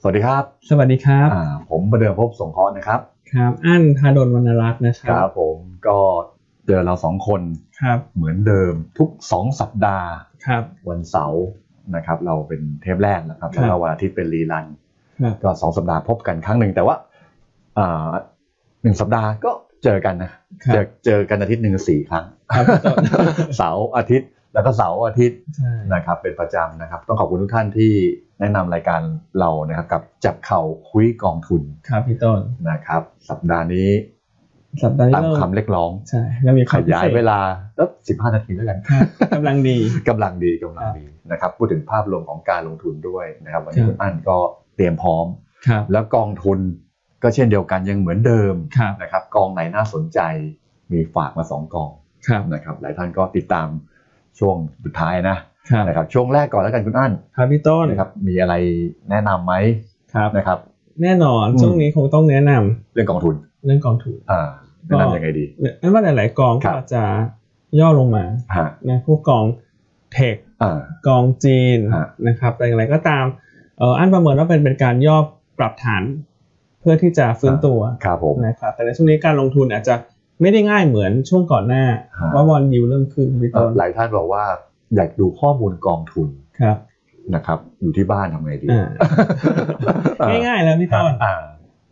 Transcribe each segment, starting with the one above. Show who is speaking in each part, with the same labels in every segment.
Speaker 1: สวัสดีครับ
Speaker 2: สวัสดีครับ
Speaker 1: อ่าผมประเดิมพบสงเคราะห์นะครับ
Speaker 2: ครับอั้นพาดลวรรณรัตน์นะค
Speaker 1: ค
Speaker 2: รั
Speaker 1: รั
Speaker 2: บบ
Speaker 1: ผมก็เจอเราสองคน
Speaker 2: ครับ
Speaker 1: เหมือนเดิมทุก 2 สัปดาห์
Speaker 2: ครับ
Speaker 1: วันเสาร์นะครับ เราเป็นเทปแรกนะครับ
Speaker 2: ครับ
Speaker 1: แล้วก็วันอาทิตย์เป็นรีรัน
Speaker 2: ครับ
Speaker 1: ก็ 2 สัปดาห์พบกันครั้งหนึ่งแต่ว่าอ่าหนึ่งสัปดาห์ก็เจอกันนะ
Speaker 2: ครั
Speaker 1: เจ
Speaker 2: บ
Speaker 1: อเจอกันอาทิตย์หนึ่งสี่ครั้ง
Speaker 2: ครับพี่ต้น
Speaker 1: เสาร์อาทิตย์แล้วก็เสาร์อาทิตย์
Speaker 2: ใช่
Speaker 1: นะครับเป็นประจำนะครับ ต้องขอบคุณทุกท่านที่แนะนำรายการเรานะครับกับจับเข่าคุยกองทุน
Speaker 2: ครับพี่ต้น
Speaker 1: นะครับ สัปดาห์นี้
Speaker 2: สัปดาห์
Speaker 1: ตาม
Speaker 2: นี้เร
Speaker 1: คำเรียกร้อง
Speaker 2: ใช่เรามีค
Speaker 1: ข
Speaker 2: วามพิ
Speaker 1: ยาย
Speaker 2: เศษ
Speaker 1: เวลาแล้วสิบห้านาทีด้วยกัน
Speaker 2: ครับกำลังดี
Speaker 1: กำลังดีกำลังดีนะครับพูดถึงภาพรวมของการลงทุนด้วยนะครับวันนี้
Speaker 2: ครับ
Speaker 1: คุณอั้นก็เตรียมพร้อม
Speaker 2: ครับ
Speaker 1: แล้วกองทุนก็เช่นเดียวกันยังเหมือนเดิม
Speaker 2: ครับ
Speaker 1: นะครับกองไหนน่าสนใจมีฝากมาสองกอง
Speaker 2: ครับ
Speaker 1: นะครับหลายท่านก็ติดตามช่วงสุดท้ายนะครับ นะครับช่วงแรกก่อนแล้วกันคุณอั้น
Speaker 2: ครับพี่ต้น
Speaker 1: นะครับมีอะไรแนะนำไหม
Speaker 2: ครับ
Speaker 1: นะครับ
Speaker 2: แน่นอน
Speaker 1: อืม
Speaker 2: ช่วงนี้คงต้องแนะนำ
Speaker 1: เรื่องกองทุน
Speaker 2: เรื่องกองทุน
Speaker 1: อ่า
Speaker 2: ก็
Speaker 1: แนะนำยังไงดี
Speaker 2: นั่นว่าหลาย ๆ กอง
Speaker 1: ครั
Speaker 2: ก็
Speaker 1: บ
Speaker 2: อาจจะย่อลงมา
Speaker 1: ฮะ
Speaker 2: นะพวกกองเทค
Speaker 1: อ่า
Speaker 2: กองจีน
Speaker 1: ฮะ
Speaker 2: นะครับแต่อย่างไรก็ตามเอ่ออันประเมินว่าเป็นเป็นการย่อปรับฐาน เพื่อที่จะฟื้นตัว
Speaker 1: ครับผม
Speaker 2: นะครับแต่ในช่วงนี้การลงทุนอาจจะไม่ได้ง่ายเหมือนช่วงก่อนหน้า
Speaker 1: ฮะ
Speaker 2: ว่าบอลยิวเริ่มขึ้นพี่
Speaker 1: เอ่
Speaker 2: ต้
Speaker 1: อนหลายท่านบอกว่าอยากดูข้อมูลกองทุน
Speaker 2: ครับ
Speaker 1: นะครับ อยู่ที่บ้านทำไงดี
Speaker 2: อ่าง่ายๆแล้วพี่ต้น
Speaker 1: อ่า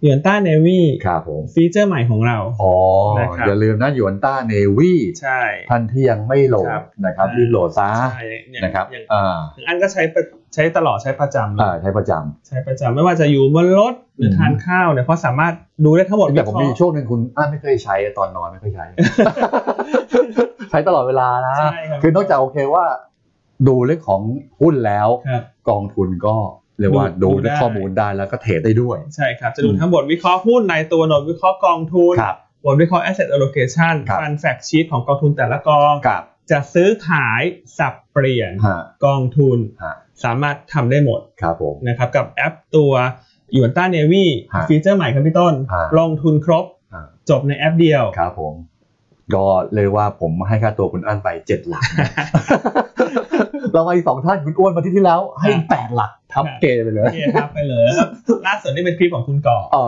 Speaker 2: เหรียญต้าเนวี่
Speaker 1: ครับผม
Speaker 2: ฟีเจอร์ใหม่ของเรา
Speaker 1: อ๋อ
Speaker 2: นะครับ
Speaker 1: อย่าลืมนะหยวนต้าเนวี่
Speaker 2: ใช่
Speaker 1: ท่านที่ยังไม่โหลด
Speaker 2: ครับ
Speaker 1: นะครับ
Speaker 2: อ่า
Speaker 1: รีบโหลดซะ
Speaker 2: ใช่อย่าง
Speaker 1: นะครับ
Speaker 2: อย่าง
Speaker 1: อ่า
Speaker 2: อย่างอันก็ใช้ประใช้ตลอดใช้ประจำเล
Speaker 1: อ่าย ใช้ประจ
Speaker 2: ใช้ประจำไม่ว่าจะอยู่บนรถหรืออ
Speaker 1: ม
Speaker 2: ทานข้าวเนี่ยเพราะสามารถดูได้ทั้งหมด
Speaker 1: ำแต่ผมมี
Speaker 2: วิเค
Speaker 1: ช่
Speaker 2: ราะห์
Speaker 1: วงหนึ่งคุณอ้าไม่เคยใช้ตอนนอนไม่เคยใช้ ใช้ตลอดเวลานะ
Speaker 2: ใช่ครับ
Speaker 1: คือนอกจากโอเคว่า ดูเรื่องของหุ้นแล้ว
Speaker 2: ครับ
Speaker 1: กองทุนก็เรียกว่า
Speaker 2: ดู
Speaker 1: ดู
Speaker 2: ดูได้
Speaker 1: ข้อมูลได้แล้วก็เทรดได้ด้วย
Speaker 2: ใช่ครับจะดูทั้งบทวิเคราะห์หุ้นรายตัวหนวดวิเคราะห์กองทุน
Speaker 1: ครับ
Speaker 2: บทวิเคราะห์ asset allocation
Speaker 1: ครับ
Speaker 2: fund fact sheet ของกองทุนแต่ละกอง
Speaker 1: กับ
Speaker 2: จะซื้อขายสับเปลี่ยน
Speaker 1: ฮะ
Speaker 2: กองทุน
Speaker 1: ฮะ
Speaker 2: สามารถทำได้หมด
Speaker 1: ครับผม
Speaker 2: นะครับกับแอปตัวยูนต้าเนวี่
Speaker 1: ฮะ
Speaker 2: ฟีเจอร์ใหม่ครับพี่ต้น
Speaker 1: ฮะ
Speaker 2: ลงทุนครบ
Speaker 1: ฮะ
Speaker 2: จบในแอปเดียว
Speaker 1: ครับผม ก็เลยว่าผมให้ค่าตัวคุณอั้นไปเจ็ดหลัก เรามาอีกสองท่านคุณอ้วนมาที่ที่แล้ว ให้
Speaker 2: ครับ
Speaker 1: แปดหลักทับ
Speaker 2: ครับ
Speaker 1: เกย์ไปเล
Speaker 2: โอย เคครับไปเลยแล้วล่าสุดนี่เป็นคลิปของคุณก่อ
Speaker 1: อ๋อ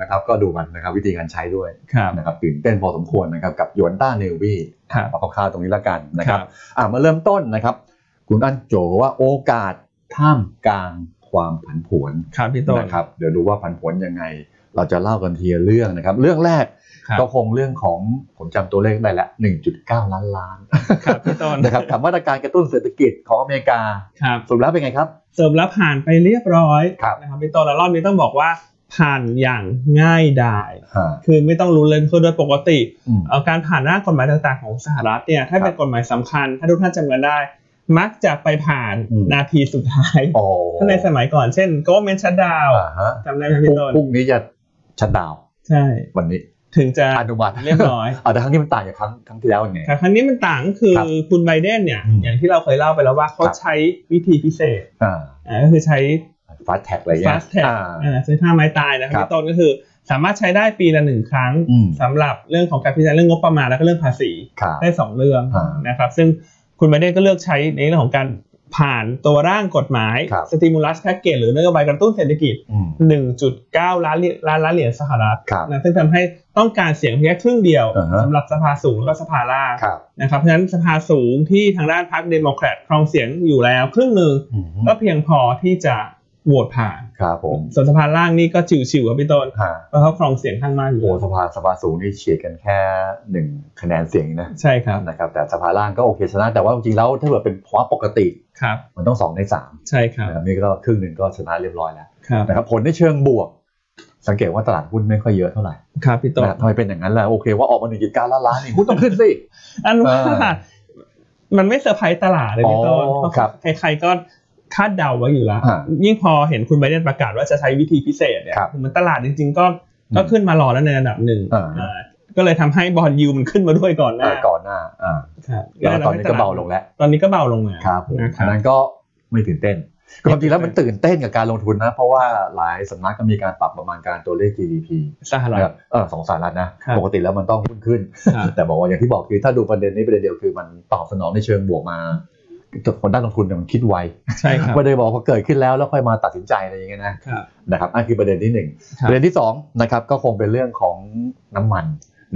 Speaker 1: นะครับ ก็ดูมันนะครับ วิธีการใช้ด้วย
Speaker 2: ครับ
Speaker 1: นะครับตื่นเต้นพอสมควรนะครับ กับยวนต้าเนวี่
Speaker 2: ครับ
Speaker 1: เอาคร่าวๆตรงนี้ละกันนะครับ อ่ะมาเริ่มต้นนะครับ คุณอั้นโจว่าโอกาสท่ามกลางความผันผวน
Speaker 2: ครับพี่ต้น
Speaker 1: นะครับเดี๋ยวดูว่าผันผวนยังไง เราจะเล่ากันทีละเรื่องนะครับ เรื่องแรก
Speaker 2: ครับ
Speaker 1: ก็คงเรื่องของผมจำตัวเลขได้ละ 1.9 ล้านล้าน
Speaker 2: ครับพี่ต้น
Speaker 1: นะครับกับมาตรการกระตุ้นเศรษฐกิจของอเมริกา
Speaker 2: ครับ
Speaker 1: สรุปแล้วเป็นไงครับ
Speaker 2: เสริมรับผ่านไปเรียบร้อย
Speaker 1: ครับ
Speaker 2: นะครับพี่ต้นแล้วรอบนี้ต้องบอกว่าผ่านอย่างง่ายดาย
Speaker 1: อ่า
Speaker 2: คือไม่ต้องรู้เลยคือโดยปกติ
Speaker 1: อืม
Speaker 2: เอาการผ่านร่างกฎหมายต่างๆของสหรัฐเนี่ยถ้าเป็นกฎหมายสำคัญ ถ้าทุกท่านจำกันได้ มักจะไปผ่าน
Speaker 1: อืม
Speaker 2: นาทีสุดท้าย
Speaker 1: โอ้
Speaker 2: ถ้าในสมัยก่อนเช่น government shutdown
Speaker 1: อ่าฮะ
Speaker 2: จำได้ไหม
Speaker 1: พ
Speaker 2: พี่
Speaker 1: รุ่ง
Speaker 2: ต้น
Speaker 1: พรุ่งนี้จะชัดดาวน์
Speaker 2: ใช่
Speaker 1: วันนี้
Speaker 2: ถึงจะ
Speaker 1: อนุมัติ
Speaker 2: เรียบร้อย
Speaker 1: อ่าแต่ครั้งนี้มันต่างจากครั้งครั้งที่แล้วยังไง
Speaker 2: แต่ครั้งนี้มันต่างก็คือ
Speaker 1: ครับ
Speaker 2: คุณไบเดนเนี่ย
Speaker 1: อืม
Speaker 2: อย่างที่เราเคยเล่าไปแล้วว่าเขา
Speaker 1: ครับ
Speaker 2: ใช้วิธีพิเศษ
Speaker 1: อ่า
Speaker 2: อ่าก็คือใช้
Speaker 1: ฟาสแท็กอะไรเงี้ย
Speaker 2: fast tag
Speaker 1: อ่า
Speaker 2: อ่าใช้ท่าไม้ตายนะค
Speaker 1: ครั
Speaker 2: รับบ พี่ต้นก็คือ สามารถใช้ได้ปีละหนึ่งครั้ง
Speaker 1: อืม
Speaker 2: สำหรับเรื่องของการพิจารณาเรื่องงบประมาณแล้วก็เรื่องภาษี
Speaker 1: ครับ
Speaker 2: ได้สองเรื่อง
Speaker 1: อ่า
Speaker 2: นะครับซึ่งคุณไบเดนก็เลือกใช้ในเรื่องของการผ่านตัวร่างกฎหมาย
Speaker 1: ครับ
Speaker 2: stimulus package หรือนโยบายกระตุ้นเศรษฐกิจ
Speaker 1: อืม
Speaker 2: 1.9 ล้านเหรียญล้านล้านเหรียญสหรัฐ
Speaker 1: ครับ
Speaker 2: นะซึ่งทำให้ต้องการเสียงเพียงแค่ครึ่งเดียว
Speaker 1: อ่าฮะ
Speaker 2: สำหรับสภาสูงแล้วก็สภาล่าง
Speaker 1: ครับ
Speaker 2: นะครับเพราะฉะนั้นสภาสูงที่ทางด้านพรรคเดโมแครตครองเสียงอยู่แล้ว ครึ่งหนึ่ง
Speaker 1: อืม
Speaker 2: ก็เพียงพอที่จะโหวตผ่าน
Speaker 1: ครับผม
Speaker 2: ส่วนสภาล่างนี่ก็ชิวๆครับพี่ต้น
Speaker 1: อ่า
Speaker 2: เพราะเขาครองเสียงข้างมากอยู่
Speaker 1: โอ้สภาสภาสูงนี่เฉียดกันแค่หนึ่งคะแนนเสียงนะ
Speaker 2: ใช่ครับ
Speaker 1: นะครับแต่สภาล่างก็โอเคชนะ แต่ว่าจริงๆแล้วถ้าเกิดเป็นภาวะปกติ
Speaker 2: ครับ
Speaker 1: มันต้อง 2 ใน3
Speaker 2: ใช่ครับ
Speaker 1: นะครับนี่ก็ครึ่งหนึ่งก็ชนะเรียบร้อยแล้ว
Speaker 2: ครับ
Speaker 1: นะครับผลในเชิงบวก สังเกตว่าตลาดหุ้นไม่ค่อยเยอะเท่าไหร่
Speaker 2: ครับพี่ต้น
Speaker 1: นะครับทำไมเป็นอย่างนั้นล่ะโอเคว่าออกมาหนึ่งกิจการล้านล้านนี่หุ้นต้องขึ้นสิ
Speaker 2: อันว่า
Speaker 1: เออ
Speaker 2: มันไม่เซอร์ไพรส์ตลาดเลยพี่ต้น
Speaker 1: อ๋อ
Speaker 2: เพราะ
Speaker 1: ครับ
Speaker 2: ใครๆก็คาดเดาไว้อยู่แล้ว
Speaker 1: อ่า
Speaker 2: ยิ่งพอเห็นคุณไบเดนประกาศว่าจะใช้วิธีพิเศษเนี่ย
Speaker 1: ครับ
Speaker 2: มันตลาดจริง ๆ ก็ ก็ขึ้นมารอแล้วในระดับหนึ่ง
Speaker 1: อ่า
Speaker 2: อ่าก็เลยทำให้บอลยูมันขึ้นมาด้วยก่อนห
Speaker 1: เอ
Speaker 2: น้า
Speaker 1: อก่อนหน้าอ่า
Speaker 2: ครับ
Speaker 1: แล้วตอนนี้ก็เบาลงแล้ว
Speaker 2: ตอนนี้ก็เบาลงแล้ว
Speaker 1: ครับผม
Speaker 2: นะค
Speaker 1: อั
Speaker 2: รั
Speaker 1: น
Speaker 2: บ
Speaker 1: นั้นก็ไม่ตื่นเต้น
Speaker 2: ไม่
Speaker 1: ความจริงแล้ว
Speaker 2: ตื่
Speaker 1: มัน
Speaker 2: นเต้น
Speaker 1: ตื่นเต้นกับการลงทุนนะ เพราะว่าหลายสำนักก็มีการปรับประมาณการตัวเลข GDP
Speaker 2: สหรั
Speaker 1: นะค
Speaker 2: ฐ
Speaker 1: รับเออสองสหรัฐนะครับ ปกติแล้วมันต้องหุ้นขึ้น
Speaker 2: ครับ
Speaker 1: แต่บอกว่าอย่างที่บอกคือถ้าดูประเด็นนี้ประเด็นเดียวคือมันตอบสนองในเชิงบวกมา คนด้านลงทุนเนี่ยมันคิดไว
Speaker 2: ใช่ครับ
Speaker 1: ไม่ได้บอกพอเกิดขึ้นแล้วแล้วค่อยมาตัดสินใจอะไรอย่างเงี้ยนะครับ นะครับอันคือประเด็นที่หนึ่ง
Speaker 2: ครับ
Speaker 1: ประเด็นที่สองนะครับก็คงเป็นเรื่องของน้ำมัน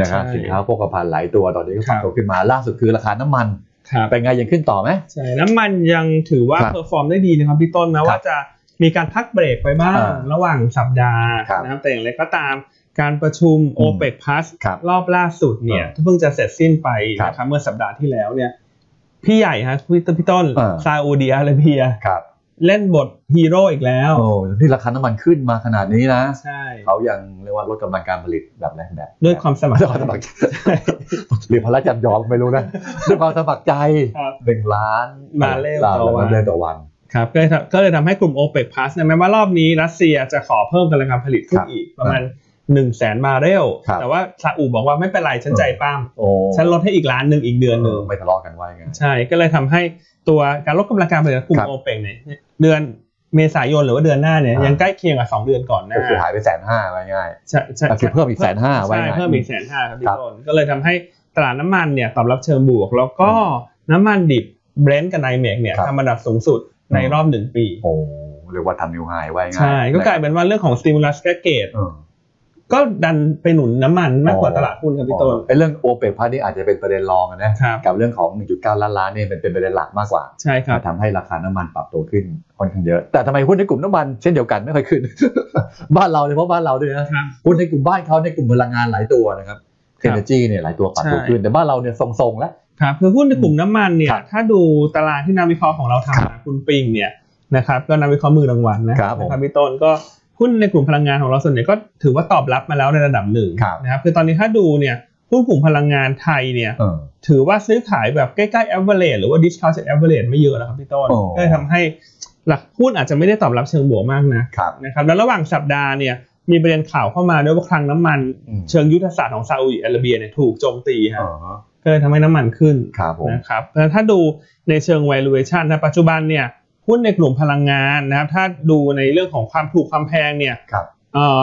Speaker 1: นะครับ
Speaker 2: ใช่
Speaker 1: สินค้าโภคภัณฑ์หลายตัวตอนนี้ก็ป
Speaker 2: ครั
Speaker 1: รับบ ตัวขึ้นมาล่าสุดคือราคาน้ำมัน
Speaker 2: ครับ
Speaker 1: เป็นไงยังขึ้นต่อไหม
Speaker 2: ใช่น้ำมันยังถือว่า
Speaker 1: ครับ
Speaker 2: เพอร์ฟอร์มได้ดีนะครับพี่ต้น
Speaker 1: ครั
Speaker 2: นะ
Speaker 1: บ
Speaker 2: ว่าจะมีการพักเบรกไปบ้าง
Speaker 1: อ่า
Speaker 2: ระหว่างสัปดาห์
Speaker 1: ครับ
Speaker 2: นะครับแต่อย่างไรก็ตามการประชุม
Speaker 1: อืม
Speaker 2: o p e c p l u s
Speaker 1: ครับ
Speaker 2: รอบล่าสุดเนี่ย
Speaker 1: อ่า
Speaker 2: ที่เพิ่งจะเสร็จสิ้นไป
Speaker 1: ครับ
Speaker 2: นะครับเมื่อสัปดาห์ที่แล้วเนี่ยพี่ใหญ่ฮะพี่ต้นพี่ต้น
Speaker 1: อ่า
Speaker 2: ซาอุดีอาระเบีย
Speaker 1: ครับ
Speaker 2: เล่นบทฮีโร่อีกแล้ว
Speaker 1: โอ้ที่ราคาน้ำมันขึ้นมาขนาดนี้นะ
Speaker 2: ใช่
Speaker 1: เขายังเรียกว่าลดกำลังการผลิตแบบแรกแบบ
Speaker 2: ด้วยความสมัคร
Speaker 1: ด้วยความสมัครใจ หรือพลังจับยอมไม่รู้นะ ด้วยความสมัครใจ
Speaker 2: ครับ
Speaker 1: หนึ่งล้าน
Speaker 2: บาร์เรลต่อวัน
Speaker 1: บาร์เรลต่อวัน
Speaker 2: ครับก็เลยทำก็เลยทำให้กลุ่ม o p e c p l u s เนี่ยแม้ว่ารอบนี้รัสเซียจะขอเพิ่มกำลังการผลิตขึ้
Speaker 1: ครั
Speaker 2: น
Speaker 1: บ
Speaker 2: อีกประมาณ1นึ่งแสนบาร์เรล
Speaker 1: ครับ
Speaker 2: แต่ว่าซาอุบอกว่าไม่เป็นไรฉันใจป้าม
Speaker 1: โอ้
Speaker 2: ฉันลดให้อีกล้านหนึ่งอีกเดือนหนึ่ง
Speaker 1: ไม่ทะเลาะกันไว้ไง
Speaker 2: ใช่ก็เลยทำให้ตัวการลดกำลังการผลิตของกลุ่
Speaker 1: ครั
Speaker 2: ม
Speaker 1: บ
Speaker 2: โอเปกเนี่ยเดือนเมษายนหรือว่าเดือนหน้าเนี่ย
Speaker 1: อ่ายั
Speaker 2: ยังใกล้เคียงกับสองเดือนก่อนหน้า
Speaker 1: ก็คือหายไปแสนห้าง่าย
Speaker 2: ใช่ใช่
Speaker 1: ๆก็คือเพิ่มอีกแสนห้าไว้
Speaker 2: ใช่
Speaker 1: ง่าย
Speaker 2: เพิ่มอีกแสนห้าครับพี่
Speaker 1: ครับ
Speaker 2: ต้นก็เลยทำให้ตลาดน้ำมันเนี่ยตอบรับเชิงบวก แล้วก็น้ำมันดิบเบรนท์กับไนเมกเนี่ยทำอันดับสูงสุดในรอบหนึ่งปี
Speaker 1: โอ้เรียกว่าทำนิวไฮไว้ง่าย
Speaker 2: ใช่ ก็กลายเป็นว่าเรื่องของ stimulus package
Speaker 1: เออ
Speaker 2: ก็ดันไปหนุนน้ำมันมากกว่าตลาดหุ้นครับพี่ต้น
Speaker 1: ไอ้เรื่องโอเปกพาร์ทนี่อาจจะเป็นประเด็นรองอะนะครับ กับเรื่องของ 1.9 ล้านล้านเนี่ยเป็นเป็นประเด็นหลักมากกว่า
Speaker 2: ใช่ครับ
Speaker 1: ทำให้ราคาน้ำมันปรับตัวขึ้นค่อนข้างเยอะ แต่ทำไมหุ้นในกลุ่มน้ำมันเช่นเดียวกันไม่ค่อยขึ้น บ้านเราเฉพาะบ้านเราด้วยนะครับ หุ้นในกลุ่มบ้านเขาในกลุ่มพลังงานหลายตัวนะครับ
Speaker 2: ครับ
Speaker 1: energy เนี่ยหลายตัวปรับตัวขึ้น แต่บ้านเราเนี่ยทรงๆแล้ว
Speaker 2: ครับ คือหุ้นในกลุ่มน้ำมันเนี่ย
Speaker 1: ครับ
Speaker 2: ถ้าดูตารางที่นักวิเคราะห์ของเราทำ
Speaker 1: ครับ
Speaker 2: นะคุณปิงเนี่ยนะครับ ก็นักวิเคราะห์มือรางวัลนะครับ
Speaker 1: ผม
Speaker 2: นะพี่ต้นก็หุ้นในกลุ่มพลังงานของเราส่วนใหญ่ก็ถือว่าตอบรับมาแล้วในระดับหนึ่ง
Speaker 1: ครับ
Speaker 2: นะครับ คือตอนนี้ถ้าดูเนี่ยหุ้นกลุ่มพลังงานไทยเนี่ย
Speaker 1: เออ
Speaker 2: ถือว่าซื้อขายแบบใกล้ๆ average หรือว่า discount จาก average ไม่เยอะแล้วครับพี่ต้น
Speaker 1: โอ้
Speaker 2: ก็เลยทำให้หลักหุ้นอาจจะไม่ได้ตอบรับเชิงบวกมากนะ
Speaker 1: ครับ
Speaker 2: นะครับแล้วระหว่างสัปดาห์เนี่ยมีประเด็นข่าวเข้ามาด้วยว่าคลังน้ำมัน
Speaker 1: อืม
Speaker 2: เชิงยุทธศาสตร์ของซาอุดิอาระเบียเนี่ยถูกโจมตี
Speaker 1: เอ
Speaker 2: ฮะ
Speaker 1: อ
Speaker 2: ก็เลยทำให้น้ำมันขึ้น
Speaker 1: ครับผม
Speaker 2: นะครับแล้วถ้าดูในเชิง valuation นะปัจจุบันเนี่ยหุ้นในกลุ่มพลังงานนะครับถ้าดูในเรื่องของความถูกความแพงเนี่ย
Speaker 1: ครับ
Speaker 2: เอ่อ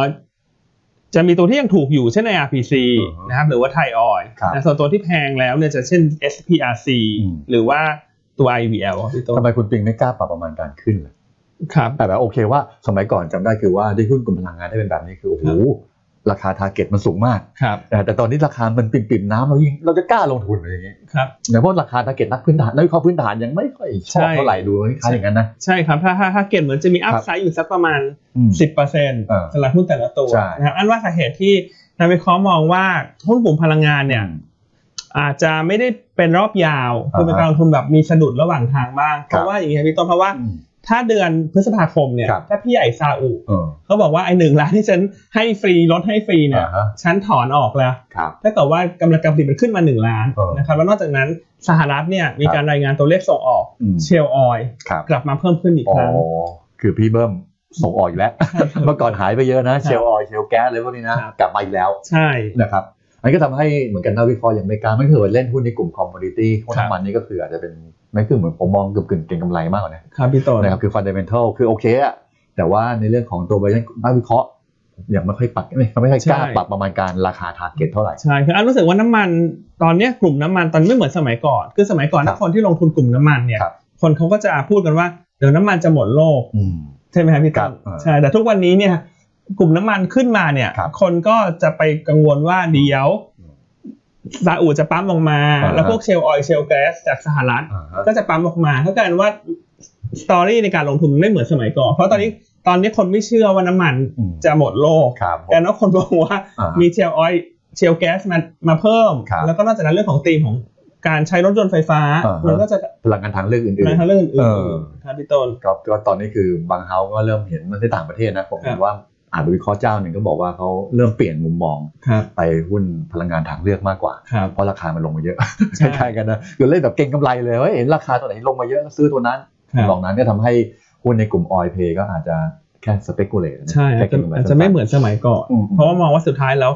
Speaker 2: จะมีตัวที่ยังถูกอยู่เช่น IRPC
Speaker 1: อือฮึ
Speaker 2: นะครับหรือว่าไทยออย
Speaker 1: ครับ
Speaker 2: นะส่วนตัวที่แพงแล้วเนี่ยจะเช่น SPRC
Speaker 1: อืม
Speaker 2: หรือว่าตัว IVL ครับพี่ต้
Speaker 1: ทำ
Speaker 2: น
Speaker 1: ไมคุณปิงไม่กล้าปรับประมาณการขึ้นเลย
Speaker 2: ครับ
Speaker 1: แต่แบบโอเคว่าสมัยก่อนจำได้คือว่าที่หุ้นกลุ่มพลังงานได้เป็นแบบนี้คือโอ้โห
Speaker 2: ครับ
Speaker 1: ราคาทาร์เก็ตมันสูงมาก
Speaker 2: ครับ
Speaker 1: แต่แต่ตอนนี้ราคามันปิ่มๆน้ำเรายิ่งเราจะกล้าลงทุนอะไรอย่างเงี้ย
Speaker 2: ครับ
Speaker 1: เนี่ยเพราะราคาทาร์เก็ตนักพื้นฐานนักวิเคราะห์พื้นฐานยังไม่ค่อยชอบเท่าไหร่ดูคล้ายๆอย่างนั้นนะ
Speaker 2: ใช่ครับถ้าถ้าถ้าเกณฑ์เหมือนจะมีอัพไซด์อยู่สักประมาณ
Speaker 1: อืม
Speaker 2: 10%สำหรับหุ้นแต่ละตัว
Speaker 1: ใช่
Speaker 2: นะครับอันว่าสาเหตุที่นักวิเคราะห์มองว่าหุ้นกลุ่มพลังงานเนี่ยอาจจะไม่ได้เป็นรอบยาวคือเป็นการลงทุนแบบมีสะดุดระหว่างทางบ้าง เพราะว่าอย่างนี้ครับพี่ต้นเพราะว่า
Speaker 1: อืม
Speaker 2: ถ้าเดือนพฤษภาคมเนี่ย
Speaker 1: ครับ
Speaker 2: ถ้าพี่ใหญ่ซาอุ
Speaker 1: เออ
Speaker 2: เขาบอกว่าไอ้หนึ่งล้านที่ฉันให้ฟรีลดให้ฟรีเนี่ย
Speaker 1: อ่าฮะ
Speaker 2: ฉันถอนออกแล้ว
Speaker 1: ครับ
Speaker 2: ถ้าเกิดว่ากำลังการผลิตมันขึ้นมา 1 ล้าน
Speaker 1: เออ
Speaker 2: นะครับแล้วนอกจากนั้นสหรัฐเนี่ยมีการรายงานตัวเลขส่งออก
Speaker 1: อืม
Speaker 2: เชลออยล์
Speaker 1: ครับ
Speaker 2: กลับมาเพิ่มขึ้นอีก
Speaker 1: อ๋อ
Speaker 2: ครั้ง
Speaker 1: คือพี่เบิ้มส่งออกอีกแล้ว เมื่อก่อนหายไปเยอะนะ เชลล์ออยล์เชลล์แก๊สอะไรพวกนี้นะ
Speaker 2: ครับ
Speaker 1: กลับมาอีกแล้ว
Speaker 2: ใช่
Speaker 1: นะครับอันนก็ทำให้เหมือนกันนักวิเคราะห์อย่างอเมริกาไม่เคยเล่นหุ้นในกลุ่มคอมม o ดิตี้หุ้นน้ำมันนี่ก็คืออาจจะเป็นไม่คือเหมือนผมมองเกือบกึ่งเก็งกำไรมากกว่านะครับ
Speaker 2: พี่ต้น
Speaker 1: นะครับคือฟันเดเมนทัลคือโอเคอะแต่ว่าในเรื่องของตัวบริษัทนักวิเคราะห์ยังไม่ค่อยปรับไม่ไม่ค่อยกล้า
Speaker 2: ใช่
Speaker 1: ปรับประมาณการราคาทาร์เก็ตเท่าไหร่
Speaker 2: ใช่คืออันรู้สึกว่าน้ำมันตอนเนี้ยกลุ่มน้ำมันตอนนี้ไม่เหมือนสมัยก่อน คือสมัยก่อน
Speaker 1: ครั
Speaker 2: ถ้า
Speaker 1: บ
Speaker 2: คนที่ลงทุนกลุ่มน้ำมันเนี่ย
Speaker 1: ครับ
Speaker 2: คนเขาก็จะพูดกันว่าเดี๋ยวน้ำมันจะหมดโลก
Speaker 1: อืม
Speaker 2: ใช่ไหมครับพี่
Speaker 1: ครั
Speaker 2: ตั้
Speaker 1: บ
Speaker 2: ม
Speaker 1: อ่า
Speaker 2: ใช่แต่ทุกวันนี้เนี่ยกลุ่มน้ำมันขึ้นมาเนี่ย
Speaker 1: ครับ
Speaker 2: นก็จะไปกังวลว่าเดี๋ยว
Speaker 1: อืม
Speaker 2: ซาอุจะปั๊มลงมา
Speaker 1: อ่า
Speaker 2: แล้วพวกเชลออยเชลแก๊สจากสหรัฐ
Speaker 1: อ่าฮะ
Speaker 2: ก็จะปั๊มออกมาเท่ากันว่าสตอรี่ในการลงทุนไม่เหมือนสมัยก่อนเพราะตอนนี้ตอนนี้คนไม่เชื่อว่าน้ำมัน
Speaker 1: อืม
Speaker 2: จะหมดโลก
Speaker 1: ครับผม
Speaker 2: แต่ว่าคนบอกว่า
Speaker 1: อ่ามี
Speaker 2: มีเชลออยเชลแก๊สมามาเพิ่ม
Speaker 1: ครับ
Speaker 2: แล้วก็นอกจากนั้นเรื่องของธีมของการใช้รถยนต์ไฟฟ้า
Speaker 1: อ่าฮะ
Speaker 2: มันก็จะ
Speaker 1: พลังงานทางเลือกอื่นๆ
Speaker 2: นทางเรื่องอื่
Speaker 1: เอน อ
Speaker 2: ๆครับพี่ต้น
Speaker 1: ก็ก็ตอนนี้คือบางเฮาก็เริ่มเห็นมันในต่างประเทศนะผมเห็
Speaker 2: ครั
Speaker 1: น
Speaker 2: บ
Speaker 1: ว่าอ่านไปวิเคราะห์เจ้าหนึ่งก็บอกว่าเขาเริ่มเปลี่ยนมุมมอง
Speaker 2: ครับ
Speaker 1: ไปหุ้นพลังงานทางเลือกมากกว่า
Speaker 2: ครับ
Speaker 1: เพราะราคามันลงมาเยอะ
Speaker 2: ใช่
Speaker 1: คล้ายๆกันนะคือเล่นแบบเก็งกำไรเลยเฮ้ยเห็นราคาตัวไหนลงมาเยอะก็ซื้อตัวนั้น
Speaker 2: ครับ
Speaker 1: ลองนั้นก็ทำให้หุ้นในกลุ่มออยเพย์ก็อาจจะแค่สเปกุเลต
Speaker 2: ใช่อาจจะอาจจะไม่เหมือนสมัยก่อน เพราะว่ามองว่าสุดท้ายแล้ว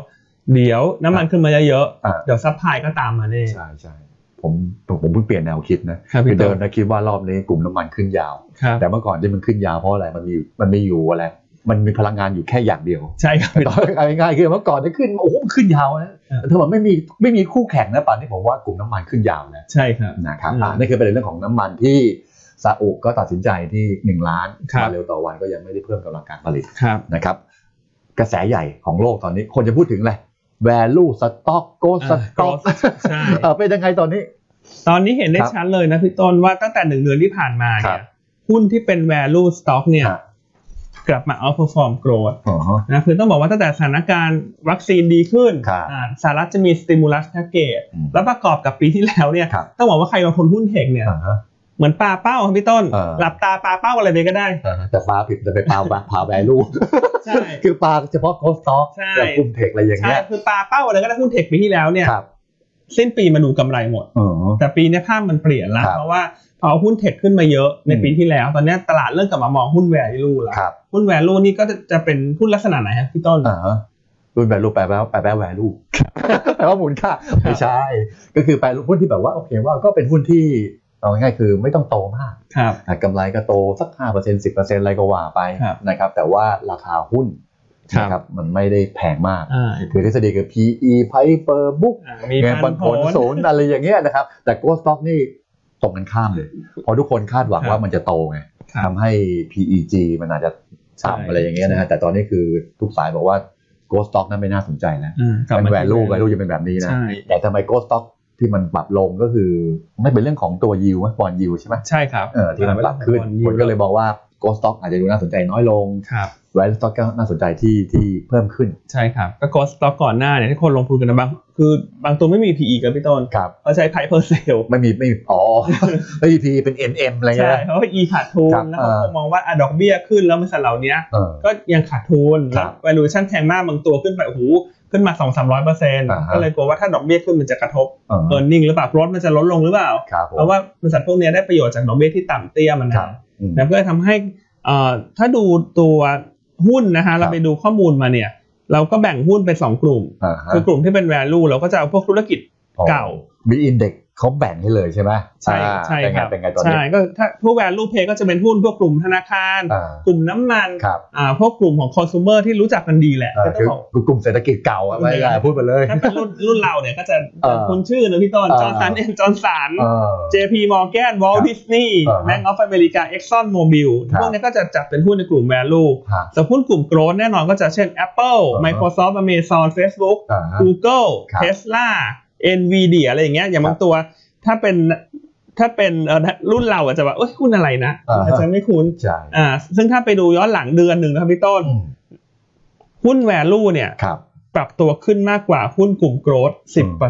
Speaker 2: เดี๋ยวน้ำมันขึ้นมาเยอะ
Speaker 1: อ่า
Speaker 2: ๆเดี๋ยวซัพพลายก็ตามมาแน่
Speaker 1: ใช่ใช่ผมผมผมเพิ่งเปลี่ยนแนวคิดนะครับ คือ
Speaker 2: พี่ต้
Speaker 1: เดิม
Speaker 2: น
Speaker 1: นะคิดว่ารอบนี้กลุ่มน้ำมันขึ้นยาว
Speaker 2: ครับ
Speaker 1: แต่เมื่อก่อนที่มันขึ้นยาวเพราะอะไรมันมีมันมีอยู่อะไร มันมีพลังงานอยู่แค่อย่างเดียว
Speaker 2: ใช่ครับ
Speaker 1: ตอน เอาง่ายๆคือเมื่อก่อนจะขึ้นโอ้โหมันขึ้นยาวนะ
Speaker 2: เออ
Speaker 1: ถ้าบอกไม่มีไม่มีคู่แข่งนะป่านนี้ผมว่ากลุ่มน้ำมันขึ้นยาวนะ
Speaker 2: ใช่ครับ
Speaker 1: นะครับ
Speaker 2: อืม
Speaker 1: อ่านี่คือประเด็นเรื่องของน้ำมันที่ซาอุก็ตัดสินใจที่ 1 ล้าน
Speaker 2: ครับ
Speaker 1: บาร์เรลต่อวันก็ยังไม่ได้เพิ่มกำลังการผลิต
Speaker 2: ครับ
Speaker 1: นะครับ กระแสใหญ่ของโลกตอนนี้คนจะพูดถึงอะไร value stock go
Speaker 2: อ่า
Speaker 1: stock
Speaker 2: growth ใช่
Speaker 1: เออเป็นยังไงตอนนี้
Speaker 2: ตอนนี้เห็นได้
Speaker 1: ครับ
Speaker 2: ชัดเลยนะพี่ต้นว่าตั้งแต่หนึ่งเดือนที่ผ่านมา
Speaker 1: ครับ
Speaker 2: เนี่ยหุ้นที่เป็น value stock เนี่ย
Speaker 1: ครับ
Speaker 2: กลับมา outperform growth
Speaker 1: อ๋อ
Speaker 2: นะคือต้องบอกว่าตั้งแต่สถานการณ์วัคซีนดีขึ้น
Speaker 1: ครับ
Speaker 2: อ่าสหรัฐจะมี stimulus package
Speaker 1: อืม
Speaker 2: แล้วประกอบกับปีที่แล้วเนี่ย
Speaker 1: ครับ
Speaker 2: ต้องบอกว่าใครลงทุนหุ้นเทคเนี่ย
Speaker 1: อ่าฮะ
Speaker 2: เหมือนปลาเป้าครับพี่ต้น
Speaker 1: เออ
Speaker 2: หลับตาปลาเป้าอะไรไปก็ได้
Speaker 1: อ่าฮะแต่ปลาผิดแต่ไปปลาปลา value
Speaker 2: ใช่
Speaker 1: คือปลาเฉพาะ go stock
Speaker 2: ใช่
Speaker 1: แต่กลุ่มเทคอะไรอย่าง
Speaker 2: ใช่
Speaker 1: เงี้ย
Speaker 2: คือปลาเป้าอะไรก็ได้หุ้นเทคปีที่แล้วเนี่ย
Speaker 1: ครับ
Speaker 2: สิ้นปีมาดูกำไรหมด
Speaker 1: อ๋อ
Speaker 2: แต่ปีเนี้ยภาพมันเปลี่ยนละ
Speaker 1: ครับ
Speaker 2: เพราะว่าพอหุ้นเทคขึ้นมาเยอะใน
Speaker 1: อืม
Speaker 2: ปีที่แล้ว ตอนเนี้ยตลาดเริ่มกลับมามองหุ้น value ละ
Speaker 1: ครับ
Speaker 2: หุ้น value นี่ก็จะจะเป็นหุ้นลักษณะไหนครับพี่ต้น
Speaker 1: อ่าฮะรุ่น value แปลว่าแปลว่า value แปลว่ามูลค่าไม่ใช่ ก็คือแปลหุ้นที่แบบว่าโอเคว่าก็เป็นหุ้นที่เอาง่ายๆคือไม่ต้องโตมาก
Speaker 2: ครับ
Speaker 1: อ่ะกำไรก็โตสัก 5% 10%อะไรก็ว่าไป
Speaker 2: ครับ
Speaker 1: นะครับ แต่ว่าราคาหุ้น
Speaker 2: ครับ
Speaker 1: นะครับมันไม่ได้แพงมาก
Speaker 2: อ่า
Speaker 1: คือทฤษฎีคือ PE price per book
Speaker 2: อ่ามี
Speaker 1: เงินปั
Speaker 2: ปั
Speaker 1: น
Speaker 2: น
Speaker 1: ผ
Speaker 2: ผ
Speaker 1: ล
Speaker 2: ล
Speaker 1: ศูนย์อะไรอย่างเงี้ยนะครับ แต่ growth stock นี่ตรงกันข้ามเลยเพราะทุกคนคาดหวัง
Speaker 2: ครับ
Speaker 1: ว่ามันจะโตไง
Speaker 2: ครับ
Speaker 1: ทำให้ PEG มันอาจจะต่ำ
Speaker 2: ใช่
Speaker 1: อะไรอย่างเงี้ยนะฮะแต่ตอนนี้คือทุกสายบอกว่า growth stock นั้นไม่น่าสนใจนะ
Speaker 2: อ่า
Speaker 1: มัน
Speaker 2: ที่
Speaker 1: value value ยังเป็นแบบนี้นะ
Speaker 2: ใช่
Speaker 1: แต่ทำไม growth stock ที่มันปรับลงก็คือไม่เป็นเรื่องของตัว yield ไหม bond yield ใช่ไหม
Speaker 2: ใช่ครับ
Speaker 1: เออที่มันปรับขึ้นคนก็เลยบอกว่า growth stock อาจจะดูน่าสนใจน้อยลง
Speaker 2: ครับ
Speaker 1: value stock ก็น่าสนใจที่ที่เพิ่มขึ้น
Speaker 2: ใช่ครับก็ Ghost Stock ก่อนหน้าเนี่ยที่คนลงทุนกันนะบาง คือบางตัวไม่มี PE กับพี่ต้น
Speaker 1: ครับ
Speaker 2: เขาใช้ price per sale
Speaker 1: ไม่มีไม่มีอ๋อ ไม่มี PE เป็น NM อะไร
Speaker 2: ใช่
Speaker 1: เงี้ย
Speaker 2: เพราะว่า E ขาดทุน
Speaker 1: ครับ
Speaker 2: แล้วเขาก็
Speaker 1: เออ
Speaker 2: มองว่าอะดอกเบี้ยขึ้นแล้วมันสเหล่านี้
Speaker 1: เออ
Speaker 2: ก็ยังขาดทุน
Speaker 1: ครั
Speaker 2: แล้ว
Speaker 1: บ
Speaker 2: valuation แพงมากบางตัวขึ้นไปโอ้โหขึ้นมา 2 3 0
Speaker 1: าฮะ
Speaker 2: 0ก็เลยกลัวว่าถ้าดอกเบี้ยขึ้นมันจะกระทบ
Speaker 1: เออ
Speaker 2: earning หรือเปล่า growth มันจะลดลงหรือเปล่า
Speaker 1: ครับผม
Speaker 2: เพราะว่าบริษัทพวกเนี้ยได้ประโยชน์จากดอกเบี้ยที่ต่ำเตี้ยมัน
Speaker 1: ครับ
Speaker 2: นะ
Speaker 1: อืม
Speaker 2: แล้วก็ทำให้เอ่อถ้าดูตัวหุ้นนะฮะ
Speaker 1: ค
Speaker 2: เรา
Speaker 1: รับ
Speaker 2: ไปดูข้อมูลมาเนี่ย เราก็แบ่งหุ้นเป็นสองกลุ่ม
Speaker 1: อ่าฮะ
Speaker 2: คือกลุ่มที่เป็น value เราก็จะเอาพวกธุรกิจ เก่า
Speaker 1: บีอินเด็กเขาแบ่งให้เลยใช่ไหม
Speaker 2: ใช่
Speaker 1: อ่า
Speaker 2: ใช่ครับ
Speaker 1: เป็นไงเป็นไงตอนนี้
Speaker 2: ใช่ก็ถ้าพวก value play ก็จะเป็นหุ้นพวกกลุ่มธนาคาร
Speaker 1: อ่าก
Speaker 2: ลุ่มน้ำมัน
Speaker 1: ครับ
Speaker 2: อ่าพวกกลุ่มของ consumer ที่รู้จักกันดีแหละ
Speaker 1: อ่า
Speaker 2: ก็ต้อ
Speaker 1: คื
Speaker 2: ง
Speaker 1: อ
Speaker 2: บอก
Speaker 1: คือกลุ่มเศรษฐกิจเก่าอะไม่ได้
Speaker 2: ใช่
Speaker 1: พูดไปเลย
Speaker 2: ถ้าเป็นรุ่นรุ่นเราเนี่ยก็จะ
Speaker 1: เออ
Speaker 2: คุณชื่อนะพี่ต้น
Speaker 1: เออ
Speaker 2: จอร์นสันเอ็นจอร์นสัน
Speaker 1: เออ
Speaker 2: JP Morgan Walt Disney
Speaker 1: เออฮะ
Speaker 2: Bank of America Exxon Mobil
Speaker 1: ครับ
Speaker 2: พวกเนี้ก็จะจัดเป็นหุ้นในกลุ่ม value
Speaker 1: ฮะ
Speaker 2: แต่หุ้นกลุ่ม growth แน่นอนก็จะเช่น Apple
Speaker 1: เออฮะ
Speaker 2: Microsoft Amazon Facebook
Speaker 1: อ่าฮะ
Speaker 2: Google
Speaker 1: ครับ
Speaker 2: Tesla Nvidia อะไรอย่างเงี้ยอย่างบางตัวถ้าเป็นถ้าเป็นเอ่อรุ่นเราอาจจะว่าเอ้ยหุ้นอะไรนะ
Speaker 1: อ่าฮะ
Speaker 2: อาจจะไม่คุ้น
Speaker 1: ใช่
Speaker 2: อ่าซึ่งถ้าไปดูย้อนหลังเดือนหนึ่งนะครับพี่ต้น
Speaker 1: อืม
Speaker 2: หุ้น value เนี่ย
Speaker 1: ครับ
Speaker 2: ปรับตัวขึ้นมากกว่าหุ้นกลุ่ม growth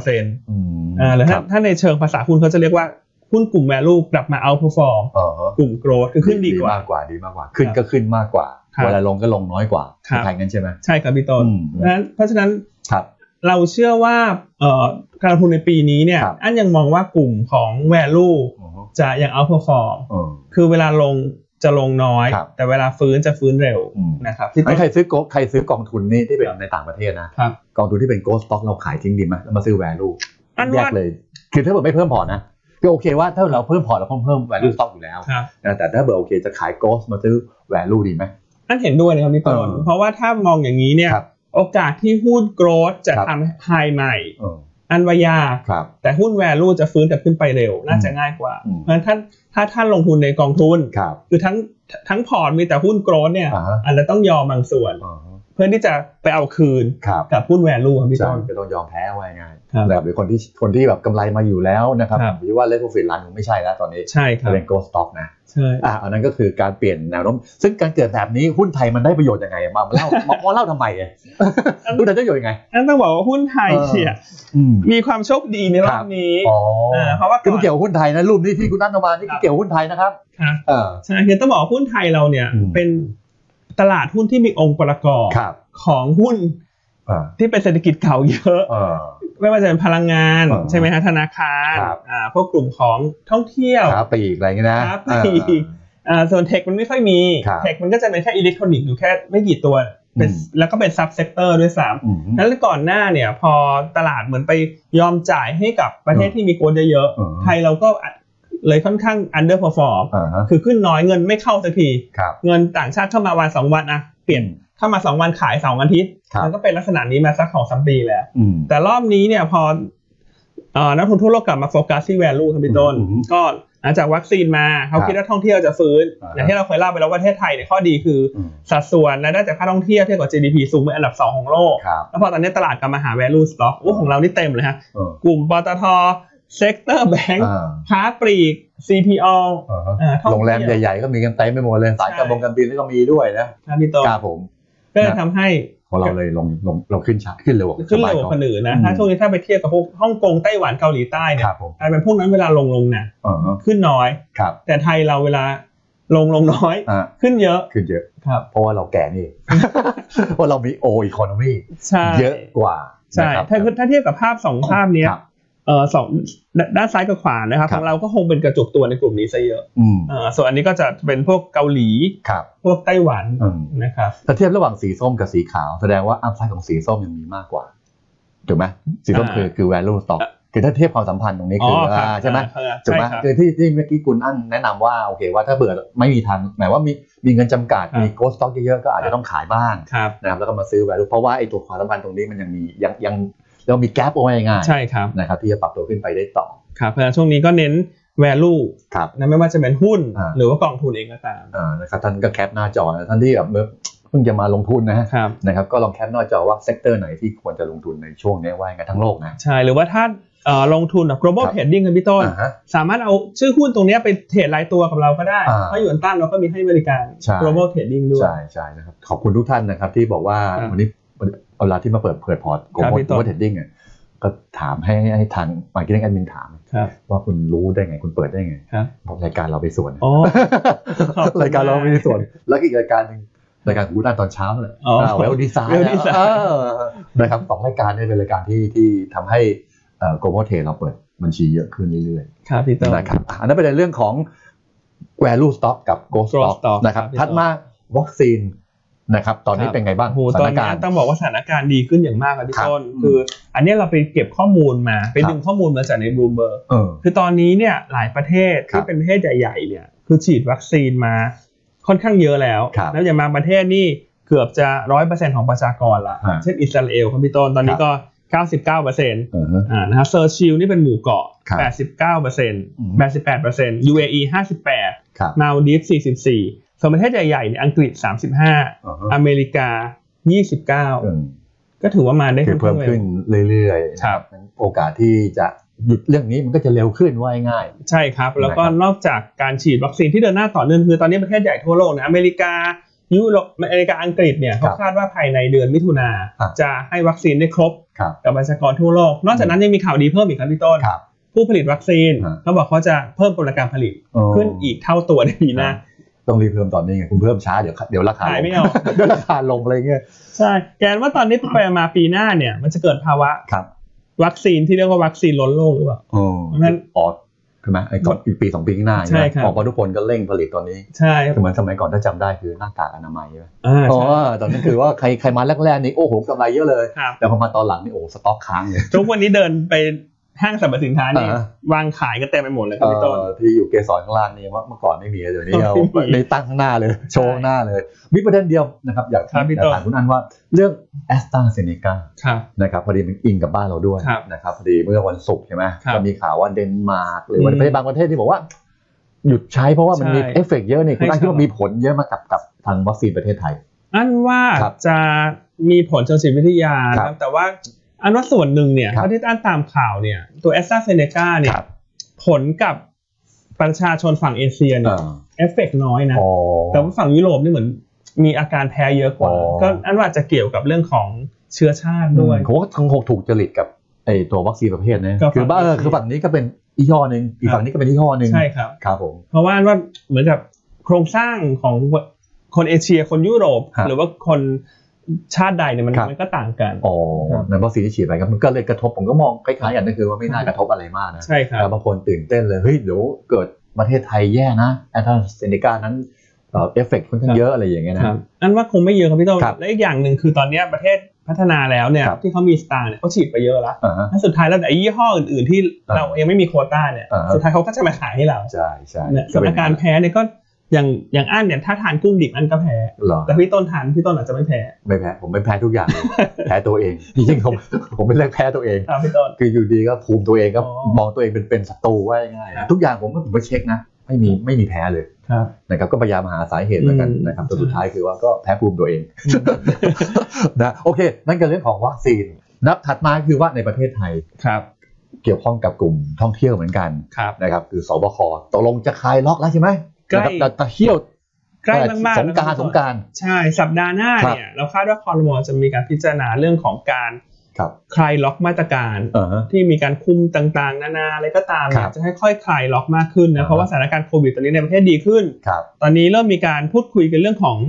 Speaker 2: 10%
Speaker 1: อืม
Speaker 2: อ่าหรือถ้า
Speaker 1: คบ
Speaker 2: ถ้าในเชิงภาษาหุ้นเขาจะเรียกว่าหุ้นกลุ่ม value กลับมา outperform
Speaker 1: เออฮะ
Speaker 2: กลุ่ม growth คือขึ้นดีกว่า
Speaker 1: มากกว่าดีมากกว่า ขึ้น
Speaker 2: ครับ
Speaker 1: ก็ขึ้นมากกว่า
Speaker 2: ครับ
Speaker 1: เวลาลงก็ลงน้อยกว่า
Speaker 2: ครับ
Speaker 1: ทางนั้นใช่ไหม
Speaker 2: ใช่ครับพี่ต้น
Speaker 1: อืม
Speaker 2: เพราะฉะนั้นเพราะฉะนั้น
Speaker 1: ครับ
Speaker 2: เราเชื่อว่าเอ่อการลงทุนในปีนี้เนี่ย
Speaker 1: ครับ
Speaker 2: อันยังมองว่ากลุ่มของ value
Speaker 1: อ๋อฮะ
Speaker 2: จะยัง outperform
Speaker 1: เออ
Speaker 2: คือเวลาลงจะลงน้อย
Speaker 1: ครับ
Speaker 2: แต่เวลาฟื้นจะฟื้นเร็ว
Speaker 1: อืม
Speaker 2: นะครับพี่
Speaker 1: ไอ้
Speaker 2: ต้น
Speaker 1: ใครซื้อโกใครซื้อกองทุนนี่ที่เป็นในต่างประเทศนะ
Speaker 2: ครับ
Speaker 1: กองทุนที่เป็นโกลด์สต็อกเราขายทิ้งดีไหมแล้วมาซื้อ value
Speaker 2: อันว่า
Speaker 1: แยกเลย คือถ้าเกิดไม่เพิ่มพอร์ตนะก็โอเคว่าถ้าเราเพิ่มพอร์ตเราต้องเพิ่ม value stock อยู่แล้ว
Speaker 2: ครับ
Speaker 1: นะแต่ถ้าเบอร์โอเคจะขาย ghost มาซื้อ value ดีไหม
Speaker 2: อันเห็นด้วยนะครับพี่ต้น
Speaker 1: เออ
Speaker 2: เพราะว่าถ้ามองอย่างนี้เนี่ย
Speaker 1: ครับ
Speaker 2: โอกาสที่หุ้น growth จะ
Speaker 1: ครับ
Speaker 2: ทำ high ใหม่
Speaker 1: เออ
Speaker 2: อันวายาก
Speaker 1: ครับ
Speaker 2: แต่หุ้น value จะฟื้นกลับขึ้นไปเร็ว น่าจะ
Speaker 1: อืม
Speaker 2: ง่ายกว่า
Speaker 1: อืม
Speaker 2: เพราะฉะนั้นถ้าถ้าท่านลงทุนในกองทุน
Speaker 1: ครับ
Speaker 2: คือทั้งทั้งพอร์ตมีแต่หุ้น growth เนี่ย
Speaker 1: อ่าฮะ
Speaker 2: อาจจะต้องยอมบางส่วน
Speaker 1: อ๋อ
Speaker 2: เพื่อที่จะไปเอาคืน
Speaker 1: ครับ
Speaker 2: กับหุ้น value ครับพี่
Speaker 1: ใช่
Speaker 2: ต้น
Speaker 1: ก็ต้องยอมแพ้ไว้ง่าย
Speaker 2: ครับ
Speaker 1: แบบหรือคนที่คนที่แบบกำไรมาอยู่แล้วนะครับ
Speaker 2: ครับ
Speaker 1: ผมคิดว่าเลทโปรฟิตรันคงไม่ใช่แล้วตอนนี้
Speaker 2: ใช่ครับ
Speaker 1: เป็น ghost stock นะ
Speaker 2: ใช่
Speaker 1: อ่ะอันนั้นก็คือการเปลี่ยนแนวโน้มซึ่งการเกิดแบบนี้หุ้นไทยมันได้ประโยชน์ยังไงมาเล่ามามาเล่าทำไมอ่ะหุ้นไทยได้ประโยชน์ยังไง
Speaker 2: อันต้องบอกว่าหุ้นไทย
Speaker 1: เออ
Speaker 2: เนี่ย
Speaker 1: อืม
Speaker 2: มีความโชคดีในรอบนี้
Speaker 1: อ๋อ
Speaker 2: เออเพราะว่าก่อน
Speaker 1: คือมันเกี่ยวกับหุ้นไทยนะรูปนี้ที่คุณนัทเอามานี่
Speaker 2: ครับ
Speaker 1: เกี่ยวกับหุ้นไทยนะครับ
Speaker 2: ครับ
Speaker 1: เออ
Speaker 2: ใช่คือต้องบอกว่าหุ้นไทยเราเนี่ย
Speaker 1: อืม
Speaker 2: เป็นตลาดหุ้นที่มีองค์ประกอบ
Speaker 1: ครับ
Speaker 2: ของหุ้น
Speaker 1: เออ
Speaker 2: ที่เป็นเศรษฐกิจเก่าเยอะ
Speaker 1: เออ
Speaker 2: ไม่ว่าจะเป็นพลังงาน
Speaker 1: อ่า
Speaker 2: ใช่ไหมฮะธนาคาร
Speaker 1: ครับ
Speaker 2: อ่าพวกกลุ่มของท่องเที่ยว
Speaker 1: ขาปลีกอะไรเงี้ยนะครับ เออ
Speaker 2: ปลีก อ่าส่วนเทคมันไม่ค่อยมี
Speaker 1: ครับ
Speaker 2: เทคมันก็จะเป็นแค่อิเล็กทรอนิกส์อยู่แค่ไม่กี่ตัวเป็นแล้วก็เป็นซับเซกเตอร์ด้วยซ้
Speaker 1: อืม
Speaker 2: ำนั้นก่อนหน้าเนี่ยพอตลาดเหมือนไปยอมจ่ายให้กับประเทศที่มีโกลด์เยอะ
Speaker 1: เออ
Speaker 2: ๆไทยเราก็ เลยค่อนข้าง underperform
Speaker 1: อ่าฮะ
Speaker 2: คือขึ้นน้อยเงินไม่เข้าสักที
Speaker 1: ครับ
Speaker 2: เงินต่างชาติเข้ามาวันสองวันอะเปลี่ยนเข้ามาสองวันขายสองอาทิตย์
Speaker 1: ครับ
Speaker 2: มันก็เป็นลักษณะนี้มาสักของสามปีแล้ว
Speaker 1: อืม
Speaker 2: แต่รอบนี้เนี่ยพอเอ่อนักทุนทั่วโลกกลับมาโฟกัสที่ value ครับพี่ต้น
Speaker 1: อืม
Speaker 2: ก็หลังจากวัคซีนมาเขา
Speaker 1: ครับ
Speaker 2: คิดว่าท่องเที่ยวจะฟื้น
Speaker 1: อ่าฮะ
Speaker 2: อย่างที่เราเคยเล่าไปแล้วว่าประเทศไทยเนี่ยข้อดีคืออ
Speaker 1: อืม
Speaker 2: สัดส่วนรายได้จากค่าท่องเที่ยวเทียบกับ GDP สูงเป็นอันดับ 2 ของโลก
Speaker 1: ครับ
Speaker 2: แล้วพอตอนนี้ตลาดกลับมาหา value stock โอ้ของเรานี่เต็มเลยฮะ
Speaker 1: เออก
Speaker 2: ลุ่มปตทเซกเตอร์แบงก์
Speaker 1: อ่า
Speaker 2: ค้าปลีก CPO
Speaker 1: อ่าฮะ
Speaker 2: เอ่อท่อ
Speaker 1: โรงแรม
Speaker 2: เที่ยว
Speaker 1: ใหญ่ ๆ ก็มีกันเต็มไปหมดเลย สาย
Speaker 2: ใช่
Speaker 1: การบงการบินก็มีด้วยนะครับ
Speaker 2: พี่ต้น
Speaker 1: ครับผม
Speaker 2: ก็เลยทำให้
Speaker 1: ของเราเลยลงลงลงขึ้นช้าขึ้นเร็ว
Speaker 2: ขึ้น
Speaker 1: สบา
Speaker 2: เร็
Speaker 1: ยว
Speaker 2: ก
Speaker 1: ก
Speaker 2: ว่า
Speaker 1: ว่า
Speaker 2: คนอื่นนะ
Speaker 1: อืม
Speaker 2: ถ้าช่วงนี้ถ้าไปเทียบกับพวกฮ่องกงไต้หวันเกาหลีใต้เนี่
Speaker 1: ค
Speaker 2: ย
Speaker 1: รับผม
Speaker 2: กลายเป็นพวกนั้นเวลาลงลงเนี่ย
Speaker 1: อ่าฮะ
Speaker 2: ขึ้นน้อย
Speaker 1: ครับ
Speaker 2: แต่ไทยเราเวลาลงลงน้อย
Speaker 1: อ่า
Speaker 2: ขึ้นเยอะ
Speaker 1: ขึ้นเยอะ
Speaker 2: ครับ
Speaker 1: เพราะว่าเราแก่นี่ เพราะเรามีโออีโคโนมี
Speaker 2: ใช่
Speaker 1: เยอะกว่า
Speaker 2: ใช่
Speaker 1: นะครับ
Speaker 2: ถ้าถ้าเทียบกับภาพสองภาพเนี้ย
Speaker 1: ครับ
Speaker 2: เออสองดด้านซ้ายกับขวานะครับ
Speaker 1: ครั
Speaker 2: ข
Speaker 1: บ
Speaker 2: องเราก็คงเป็นกระจุกตัวในกลุ่มนี้ซะเยอะ
Speaker 1: อืม
Speaker 2: เอ่อส่วนอันนี้ก็จะเป็นพวกเกาหลี
Speaker 1: ครับ
Speaker 2: พวกไต้หวัน
Speaker 1: อืม
Speaker 2: นะครับ
Speaker 1: ถ้าเทียบระหว่างสีส้มกับสีขาว แสดงว่าอัพไซด์ของสีส้มยังมีมากกว่าถูกไหมสีส้มคือคือ value stock คือถ้าเทียบความสัมพันธ์ตรงนี้คืออ
Speaker 2: ครับ
Speaker 1: อ่าใช่ไหม
Speaker 2: เออ
Speaker 1: ถูก
Speaker 2: ใช่
Speaker 1: ไหม
Speaker 2: ครับ
Speaker 1: คือที่ที่เมื่อกี้คุณอั้นแนะนำว่าโอเคว่าถ้าเบื่อไม่มีทันหมายว่ามีมีเงินจำกัด
Speaker 2: อ่ามี
Speaker 1: มี growth stock เยอะๆก็อาจจะต้องขายบ้าง
Speaker 2: ครับ
Speaker 1: นะครับแล้วก็มาซื้อ value เพราะว่าไอ้ตัวความสัมพันธ์ตรงนี้มันยังมียังยังเรามี gap เอาไว้ง่าย
Speaker 2: ใช่ครับ
Speaker 1: ๆนะครับที่จะปรับตัวขึ้นไปได้ต่อ
Speaker 2: ครับเพราะฉะนั้นช่วงนี้ก็เน้น value
Speaker 1: ครับ
Speaker 2: นะไม่ว่าจะเป็นหุ้น
Speaker 1: อ่า
Speaker 2: หรือว่ากองทุนเองก็ตาม
Speaker 1: อ่านะครับท่านก็แคปหน้าจอนะท่านที่แบบเพิ่งจะมาลงทุนนะฮะ
Speaker 2: ครับ
Speaker 1: นะครับก็ลองแคปหน้าจอว่าเซกเตอร์ไหนที่ควรจะลงทุนในช่วงนี้ว่ายังไงทั้งโลกนะ
Speaker 2: ใช่หรือว่าถ้าเอ่อลงทุนแบบ global
Speaker 1: ครับ
Speaker 2: trading กันพี่ต้น
Speaker 1: อ่าฮะ
Speaker 2: สามารถเอาชื่อหุ้นตรงเนี้ยไปเทรดรายตัวกับเราก็ได้
Speaker 1: อ่า
Speaker 2: เพราะอยู่อันต้านเราก็มีให้บริการ
Speaker 1: ใช่
Speaker 2: global trading ด้วย
Speaker 1: ใช่ใช่นะครับขอบคุณทุกท่านนะครับที่บอกว่า
Speaker 2: อ่า
Speaker 1: วันนี้เวลาที่มาเปิดเผยพอร์ตโกล
Speaker 2: ครับ
Speaker 1: บอล
Speaker 2: พี่ต้น
Speaker 1: โกลเทรดดิ้งอ่ะก็ถามให้ให้ให้ทางมาร์เก็ตติ้งแอดมินถาม
Speaker 2: ครับ
Speaker 1: ว่าคุณรู้ได้ไงคุณเปิดได้ไง
Speaker 2: ครับ
Speaker 1: บอกรายการเราไปส่วน
Speaker 2: อ๋อ ขอบคุณ
Speaker 1: รายการเราไปส่วน แล้วก็อีกรายการหนึ่งรายการของคุณด้านตอนเช้านั่นแหละ
Speaker 2: อ๋ออ่
Speaker 1: าเวลดีไซน์
Speaker 2: Well Design
Speaker 1: นะครับสองรายการเนี่ยเป็นรายการที่ที่ทำให้โกลบอลเทรดเราเปิดบัญชีเยอะขึ้นเรื่อยๆ
Speaker 2: ครับพี่ต้น
Speaker 1: นะครับอ่ะอันนั้นเป็นเรื่องของ value stock กับ growth stock
Speaker 2: growth stock
Speaker 1: นะครับ
Speaker 2: ครับพี่
Speaker 1: ถัดมาวัคซีนนะครับตอนนี้
Speaker 2: ครับ
Speaker 1: เป็นไงบ้าง
Speaker 2: โอ้โห
Speaker 1: ส
Speaker 2: ตอ
Speaker 1: ถาน น
Speaker 2: นี้
Speaker 1: การณ์
Speaker 2: ต้องบอกว่าสถานการณ์ดีขึ้นอย่างมากครับพี่
Speaker 1: ครับ
Speaker 2: ต้น
Speaker 1: อืม
Speaker 2: คือ อันเนี้ยเราไปเก็บข้อมูลมา ไป
Speaker 1: ครับ
Speaker 2: ดึงข้อมูลมาจากใน Bloomberg
Speaker 1: เออ
Speaker 2: คือตอนนี้เนี่ยหลายประเทศ
Speaker 1: ครับ
Speaker 2: ที่เป็นประเทศใหญ่ๆเนี่ยคือฉีดวัคซีนมาค่อนข้างเยอะแล้ว
Speaker 1: ครับ
Speaker 2: แล้วอย่างบางประเทศนี่เกือบจะร้อยเปอร์เซ็นของประชากรละ
Speaker 1: ฮะ
Speaker 2: เช่นอิสราเอลครับพี่ต้นตอนนี้
Speaker 1: ครับ
Speaker 2: ก็เก้าสิบเก้าเปอร์เซ็นต์
Speaker 1: เออฮะ
Speaker 2: อ่านะครับเซอร์ชิลนี่เป็นหมู่เกาะ
Speaker 1: ครับ
Speaker 2: แปดสิบเก้าเปอร์เซ็นต์
Speaker 1: อืม
Speaker 2: แปดสิบแปดเปอร์เซ็นต์ UAE ห้าสิบแปด
Speaker 1: ครับ
Speaker 2: มาลดีฟสี่สิบสี่ส่วนประเทศใหญ่ๆเนี่ยอังกฤษสามสิบห้า
Speaker 1: เออฮะ
Speaker 2: อเมริกายี่สิบเก้า
Speaker 1: เออ
Speaker 2: ก็ถือว่ามาได้
Speaker 1: คือเพิ่ม
Speaker 2: ร็ว
Speaker 1: ขึ้นเรื่อยๆ
Speaker 2: ครับ
Speaker 1: งั้นโอกาสที่จะหยุดเรื่องนี้มันก็จะเร็วขึ้นว่าง่าย
Speaker 2: ใช่ครับ แล้วก็
Speaker 1: นะครับ
Speaker 2: นอกจากการฉีดวัคซีนที่เดินหน้าต่อเนื่องคือตอนนี้ประเทศใหญ่ทั่วโลกนะอเมริกายุโรปอเมริกาอังกฤษเนี่ยเขา
Speaker 1: ครับ
Speaker 2: คาดว่าภายในเดือนมิถุนา
Speaker 1: อ่ะ
Speaker 2: จะให้วัคซีนได้ครบ
Speaker 1: ๆครับ
Speaker 2: กับประชากรทั่วโลก นอกจากนั้นยังมีข่าวดีเพิ่มอีกครับพี่ต้น
Speaker 1: ครับ
Speaker 2: ผู้ผลิตวัคซีน
Speaker 1: อ่ะ
Speaker 2: เขาบอกเขาจะเพิ่มกลการผลิต
Speaker 1: เออ
Speaker 2: ขึ้นอีกเท่าตัวในปีหน้า
Speaker 1: ต้องรีบเพิ่มตอนนี้ไงคุณเพิ่มช้าเดี๋ยวเดี๋ยวราคาล
Speaker 2: ขาย
Speaker 1: ง
Speaker 2: ไม่ออก
Speaker 1: เดี๋ยวรา คาลงอะไรเงี้ย
Speaker 2: ใช่แกนว่าตอนนี้ไปมาปีหน้าเนี่ยมันจะเกิดภาวะ
Speaker 1: ครับ
Speaker 2: วัคซีนที่เรียกว่าวัคซีนล้นโลกหรือเปล่า
Speaker 1: โอ้
Speaker 2: งั้น
Speaker 1: ออกใช่ไหมไอ้ก่อนอีกปีสองปีข้างหน้า
Speaker 2: ใช่ครับ
Speaker 1: ออกมาทุกคนก็เร่งผลิตตอนนี้
Speaker 2: ใช่
Speaker 1: คือเหมือนสมัยก่อนถ้าจำได้คือหน้ากากอนามัยใช่ไหม
Speaker 2: อ่า
Speaker 1: อ๋อ
Speaker 2: ใช่
Speaker 1: ตอนนั้นคือว่าใครใครมาแรกๆนี่โอ้โหกำไรเยอะเลย
Speaker 2: ครับ
Speaker 1: แต่พอมาตอนหลังนี่โอ้โหสต็อกค้างเลย
Speaker 2: ทุกวันนี้เดินไปห้างสรรพสินค้านี่
Speaker 1: อ่า
Speaker 2: วางขายกันเต็มไปหมดเลยค
Speaker 1: เอ
Speaker 2: รับพี่ต้น
Speaker 1: อที่อยู่เกสรข้างล่างนี่เมื่อก่อนไม่มีเดี๋ยวนี้เอา
Speaker 2: ไม่มี
Speaker 1: ในตั้งข้างหน้าเลย โชว์ข้างหน้าเลย มีประเด็นเดียวนะครับอยาก
Speaker 2: ครับพี่
Speaker 1: อยาก
Speaker 2: ต้น
Speaker 1: ถามคุณอันว่าเรื่องแอสตราเซเนกา
Speaker 2: ครับ
Speaker 1: นะครับพอดีมันอิงกับบ้านเราด้วย
Speaker 2: ครับ
Speaker 1: นะครับพอดีเมื่อวันศุกร์ใช่ไหม
Speaker 2: ครับ
Speaker 1: ก็มีข่าวว่าเดนมาร์กหรือว่า
Speaker 2: อืม
Speaker 1: ประเทศบางประเทศที่บอกว่า หยุดใช้เพราะว่ามันมี
Speaker 2: ใช่
Speaker 1: เอฟเฟกต์เยอะนี่คุณอัน
Speaker 2: ให้
Speaker 1: คิดว่า
Speaker 2: ชะลอ
Speaker 1: มีผลเยอะมากกับกับทางวัคซีนประเทศไทย
Speaker 2: อันว่า
Speaker 1: ครับ
Speaker 2: จะมีผลเชิงจิตวิทยา
Speaker 1: ครั
Speaker 2: นะ
Speaker 1: บ
Speaker 2: ครับแต่ว่าอันว่าส่วนหนึ่งเนี่ย
Speaker 1: ครับ
Speaker 2: เท่าที่อันตามข่าวเนี่ยตัวแอสตราเซเนกาเนี่
Speaker 1: ค
Speaker 2: ย
Speaker 1: รับ
Speaker 2: ผลกับประชาชนฝั่งเอเชีย
Speaker 1: เอ
Speaker 2: เนี่ย
Speaker 1: อ
Speaker 2: เอฟเฟกต์น้อยนะ
Speaker 1: อ๋อ
Speaker 2: แต่ว่าฝั่งยุโรปนี่เหมือนมีอาการแพ้เยอะกว่า
Speaker 1: อ๋อ
Speaker 2: ก็อันว่าจะเกี่ยวกับเรื่องของเชื้อชาติด้วย
Speaker 1: ผมว่าคงคงถูกจริตกับไอตัววัคซีนประเภทนะ
Speaker 2: ก็ฝั่ง
Speaker 1: คือบ้าเออ
Speaker 2: นี้
Speaker 1: คือฝั่งนี้ก็เป็นยี่ห้อหนึ่งอีก
Speaker 2: ครับ
Speaker 1: ฝั่งนี้ก็เป็นยี่ห้อหนึ่ง
Speaker 2: ใช่ครับ
Speaker 1: ครับผม
Speaker 2: เพราะว่าอันว่าเหมือนกับโครงสร้างของคนเอเชียคนยุโรป
Speaker 1: ครับ
Speaker 2: หรือว่าคนชาติใดเนี่ยมัน
Speaker 1: ครับ
Speaker 2: มันก็ต่างกัน
Speaker 1: อ๋อ
Speaker 2: ครับ
Speaker 1: ในวัคซีนที่ฉีดไปครับมันก็เลยกระทบผมก็มองคล้ายๆกันก็คือว่าไม่น่ากระทบอะไรมากนะ
Speaker 2: ใช่ครับ
Speaker 1: แต่บางคนตื่นเต้นเลยเฮ้ยเดี๋ยวเกิดประเทศไทยแย่นะแอนตราเซเนกานั้นเอ่อเอฟเฟกต์ค่อนข้างเยอะอะไรอย่างเงี้ยนะ
Speaker 2: ครับอันว่าคงไม่เยอะครับพี่ต้น
Speaker 1: ครับ
Speaker 2: และอีกอย่างหนึ่งคือตอนเนี้ยประเทศ พัฒนาแล้วเนี่ย
Speaker 1: ครับ
Speaker 2: ที่เขามีสตาร์เนี่ยเขาฉีดไปเยอะแล้ว
Speaker 1: อ่าฮะ
Speaker 2: แล้วสุดท้ายแล้วไอ้ยี่ห้ออื่นๆที่เรายังไม่มีโควต้าเนี่ย
Speaker 1: อ่าฮะ
Speaker 2: สุดท้ายเขาก็จะมาขายให้เรา
Speaker 1: ใช่ใช่
Speaker 2: เนี่ยส่วนอาการแพ้เนี่ยก็อย่างอย่างอันเนี่ยถ้าทานกุ้งดิบอันก็แพ้
Speaker 1: เหรอ
Speaker 2: แต่พี่ต้นทานพี่ต้นอาจจะไม่แพ้
Speaker 1: ไม่แพ้ผมไม่แพ้ทุก อย่างเลยแพ้ตัวเองจริงๆผมผมเป็นเรื่องแพ้ตัวเอง
Speaker 2: อ่าพี่ต้น
Speaker 1: คืออยู่ดีก็ภูมิตัวเองก็
Speaker 2: อ๋อ
Speaker 1: มองตัวเองเป็นเป็นศัตรูว่าง่ายๆ
Speaker 2: ครั
Speaker 1: นะ
Speaker 2: บ
Speaker 1: ทุกอย่างผมก็ผมก็เช็คนะ ไม่มีไม่มีแพ้เลย
Speaker 2: ครับ
Speaker 1: นะครับก็พยายามหาสาเหตุแล้วกัน
Speaker 2: อืม
Speaker 1: นะครับแต่
Speaker 2: ใช่
Speaker 1: สุดท้ายคือว่าก็แพ้ภูมิตัวเอง นะโอเค นั่นก็เรื่องของวัคซีน นับถัดมาคือว่าในประเทศไทย
Speaker 2: ครับ
Speaker 1: เกี่ยวข้องกับกลุ่มท่องเที่ยวเหมือนกัน
Speaker 2: ครับ
Speaker 1: นะครับคือสบคตกลงจะคลายล็อกแล้วใช่ไหม
Speaker 2: ใกล้
Speaker 1: นะครับแต่เที่ยว
Speaker 2: ใกล้มากๆ
Speaker 1: สงกราร
Speaker 2: แล้ว
Speaker 1: ส
Speaker 2: พี่ต้น
Speaker 1: งกราร
Speaker 2: ใช่สัปดาห์หน้าเนี่ยเราคาดว่าคอรมอจะมีการพิจารณาเรื่องของการ
Speaker 1: ครับ
Speaker 2: คลายล็อกมาตรการ
Speaker 1: อ่าฮะ
Speaker 2: ที่มีการคุมต่างๆ นานาอะไรก็ตาม
Speaker 1: ค
Speaker 2: เนี่
Speaker 1: รั
Speaker 2: ย
Speaker 1: บ
Speaker 2: จะให้ค่อยคลายล็อกมากขึ้น
Speaker 1: อ่า
Speaker 2: นะเพราะว่าสถานการณ์โควิดตอนนี้ในประเทศดีขึ้น
Speaker 1: ครับ
Speaker 2: ตอนนี้เริ่มมีการพูดคุยกันเรื่องของ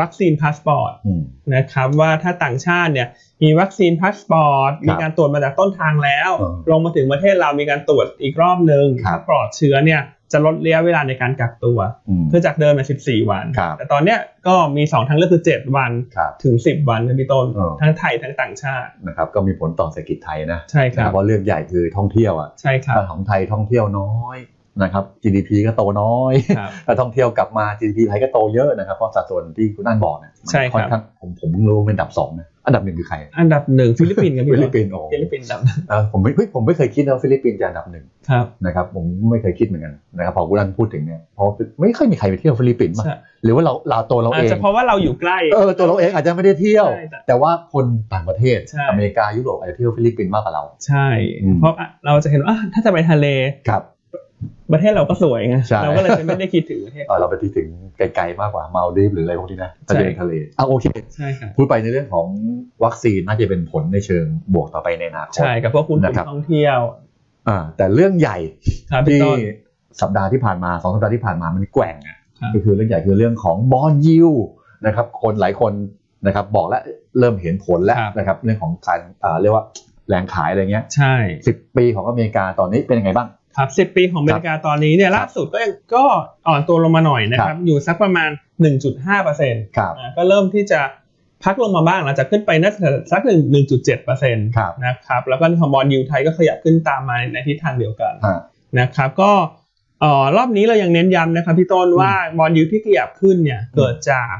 Speaker 2: วัคซีนพาสปอร์ต
Speaker 1: อืม
Speaker 2: นะครับว่าถ้าต่างชาติเนี่ยมีวัคซีนพาสปอร์ต
Speaker 1: ครับ
Speaker 2: มีการตรวจมาจากต้นทางแล้ว
Speaker 1: เออ
Speaker 2: ลงมาถึงประเทศเรามีการตรวจอีกรอบหนึ่ง
Speaker 1: ครับ
Speaker 2: ปลอดเชื้อเนี่ยจะลดระยะเวลาในการกักตัว
Speaker 1: อืม
Speaker 2: คือจากเดิมมา14 วัน
Speaker 1: ครับ
Speaker 2: แต่ตอนเนี้ยก็มี 2ทางเลือกคือ 7 วัน
Speaker 1: ครับ
Speaker 2: ถึง 10 วันนะพี่ต้น
Speaker 1: เออ
Speaker 2: ทั้งไทยทั้งต่างชาติ
Speaker 1: นะครับก็มีผลต่อเศรษฐกิจไทยนะ
Speaker 2: ใช่ค
Speaker 1: นะ
Speaker 2: รั
Speaker 1: ครับ บเพราะเรื่องใหญ่คือท่องเที่ยวอ่ะ
Speaker 2: ใช่ครับ
Speaker 1: แต่ของไทยท่องเที่ยวน้อยนะครับ GDP ก็โตน้อย
Speaker 2: ครับ
Speaker 1: แล้วท่องเที่ยวกลับมา GDP ไทยก็โตเยอะนะครับ เพราะสัดส่วนที่คุณนั่นบอกเนี่ยมัน
Speaker 2: ใช่ครั
Speaker 1: อ
Speaker 2: บ
Speaker 1: นข้างผมผมเพิ่งรู้ว่าเป็นอันดับสองนะ อันดับหนึ่งคือใคร
Speaker 2: อันดับหนึ่งฟิลิปปินส์ครับ
Speaker 1: ฟิ
Speaker 2: พี่
Speaker 1: ลิ
Speaker 2: ต้
Speaker 1: ป
Speaker 2: น
Speaker 1: ปินส์โอ้
Speaker 2: ฟิลิปปินส์อันดับ
Speaker 1: เออผมไม่เฮ้ยผมไม่เคยคิดนะว่าฟิลิปปินส์จะอันดับหนึ่ง
Speaker 2: ครับ
Speaker 1: นะครับ ผมไม่เคยคิดเหมือนกันนะครับพอคุณนั่นพูดถึงเนี่ยเพราะไม่เคยมีใครไปเที่ยวฟิลิปปินส์มา
Speaker 2: ใช่
Speaker 1: หรือว่าเราเราตัวเรา
Speaker 2: อา
Speaker 1: เอ
Speaker 2: จ
Speaker 1: ง
Speaker 2: จะเพราะว่าเราอยู่ใกล้
Speaker 1: เออตัวเราเองอาจจะไม่ได้เที่ยว
Speaker 2: ใช่แต่
Speaker 1: แต่ว่าคนต่างประเทศ
Speaker 2: ใช่
Speaker 1: อเมริกายุโรปอาจจะเที่ยวฟิลิปปินส์มากกว่าเรา
Speaker 2: ใช่
Speaker 1: อืม
Speaker 2: เพราะเราจะเห็นว่าอ่ะถ้าจะไปทะเล
Speaker 1: ครับ
Speaker 2: ประเทศเราก็สวยไง
Speaker 1: ใช่
Speaker 2: เราก็เลยจะไม่ได้คิดถึงประเทศ
Speaker 1: เอ่อเราไปที่ถึงไกลๆมากกว่ามาลดีฟหรืออะไรพวกนี้นะทะเล
Speaker 2: ใช่
Speaker 1: ทะเลอ่ะโอเค
Speaker 2: ใช่ครับ
Speaker 1: พูดไปในเรื่องของวัคซีนน่าจะเป็นผลในเชิงบวกต่อไปในอนาคต
Speaker 2: ใช่กับพวกคุณ
Speaker 1: นะครับ
Speaker 2: ท่องเที่ยว
Speaker 1: อ่าแต่เรื่องใหญ่
Speaker 2: ครับพี่
Speaker 1: ที่
Speaker 2: ต้น
Speaker 1: สัปดาห์ที่ผ่านมาสองสัปดาห์ที่ผ่านมามันแกว่งอ่ะ
Speaker 2: ครับ
Speaker 1: ก็คือเรื่องใหญ่คือเรื่องของบอลยิวนะครับคนหลายคนนะครับบอกแล้วเริ่มเห็นผลแล้วนะครับเรื่องของการอ่าเรียกว่าแรงขายอะไรเงี้ย
Speaker 2: ใช่
Speaker 1: สิบปีของอเมริกาตอนนี้เป็นยังไงบ้าง
Speaker 2: ครับสิบปีของอเมริกาตอนนี้เนี่ยล่าสุดก็ยังก็อ่อนตัวลงมาหน่อยนะค
Speaker 1: ครั
Speaker 2: รับ
Speaker 1: บ
Speaker 2: อยู่สักประมาณ 1.5เปอร์เซ็นต์
Speaker 1: ครับ
Speaker 2: ก็เริ่มที่จะพักลงมาบ้างหลังจากขึ้นไปน่าจะสักหนึ่งหนึ่งจุดเจ็ดเปอร์เซ็นต์
Speaker 1: ครับ
Speaker 2: นะครับแล้วก็คอมบอลยูไทยก็ขยับขึ้นตามมาในทิศทางเดียวกัน
Speaker 1: อ่า
Speaker 2: นะครับก็เอ่อรอบนี้เรายังเน้นย้ำนะครับพี่ต้นว่าบอลยูที่ขยับขึ้นเนี่ยเกิดจาก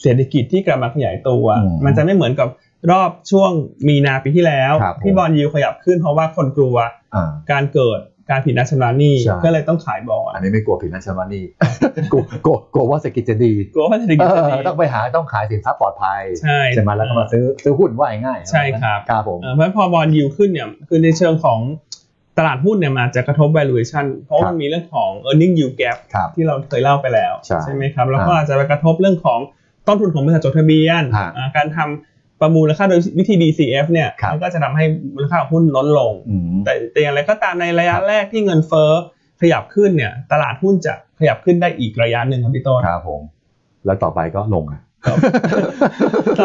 Speaker 2: เศรษฐกิจที่กลับมาขยายตัว
Speaker 1: อืม
Speaker 2: มันจะไม่เหมือนกับรอบช่วงมีนาปีที่แล้ว
Speaker 1: ครับผม
Speaker 2: ที่บอลยูขยับขึ้นเพราะว่าคนกลัว
Speaker 1: อ่า
Speaker 2: การเกิดการผิดนัดชำระหนี้
Speaker 1: ใช่
Speaker 2: ก็เลยต้องขายบอล
Speaker 1: อันนี้ไม่กลัวผิดนะชมานี่ กลัวกลัวกลัวว่าเศรษฐกิจจะดี
Speaker 2: กลัวว่าเศรษฐกิจจะ
Speaker 1: เอ
Speaker 2: ดี
Speaker 1: อต้องไปหาต้องขายสินทรัพย์ปลอดภัย
Speaker 2: ใช่
Speaker 1: ไหมแล้วก็มาซื้อซื้อหุ้นว่าง่ายๆ
Speaker 2: ใช่ครับ
Speaker 1: ครับผม
Speaker 2: เออเพราะฉะนั้นพอบอลยิวขึ้นเนี่ยคือในเชิงของตลาดหุ้นเนี่ยมันอาจจะกระทบ valuation เพราะว่ามันมีเรื่องของ earning yield gap
Speaker 1: ครับ
Speaker 2: ที่เราเคยเล่าไปแล้ว
Speaker 1: ใช่
Speaker 2: ไหมครับ แล้วก็
Speaker 1: อ่า
Speaker 2: อาจจะไปกระทบเรื่องของต้นทุนของบริษัทจดทะเบียน
Speaker 1: ฮะ
Speaker 2: อ่าการทำประมูลราคาโดยวิธี DCF เนี่ย
Speaker 1: ครับ
Speaker 2: มันก็จะทำให้มูลค่าของหุ้นลดลง
Speaker 1: อืม
Speaker 2: แต่แต่อย่างไรก็ตามในระ
Speaker 1: ค
Speaker 2: ยะ
Speaker 1: รับ
Speaker 2: แรกที่เงินเฟ้อขยับขึ้นเนี่ยตลาดหุ้นจะขยับขึ้นได้อีกระยะหนึ่งครับพี่ต้น
Speaker 1: ครับผม แล้วต่อไปก็ลงอ่ะ
Speaker 2: ต่อ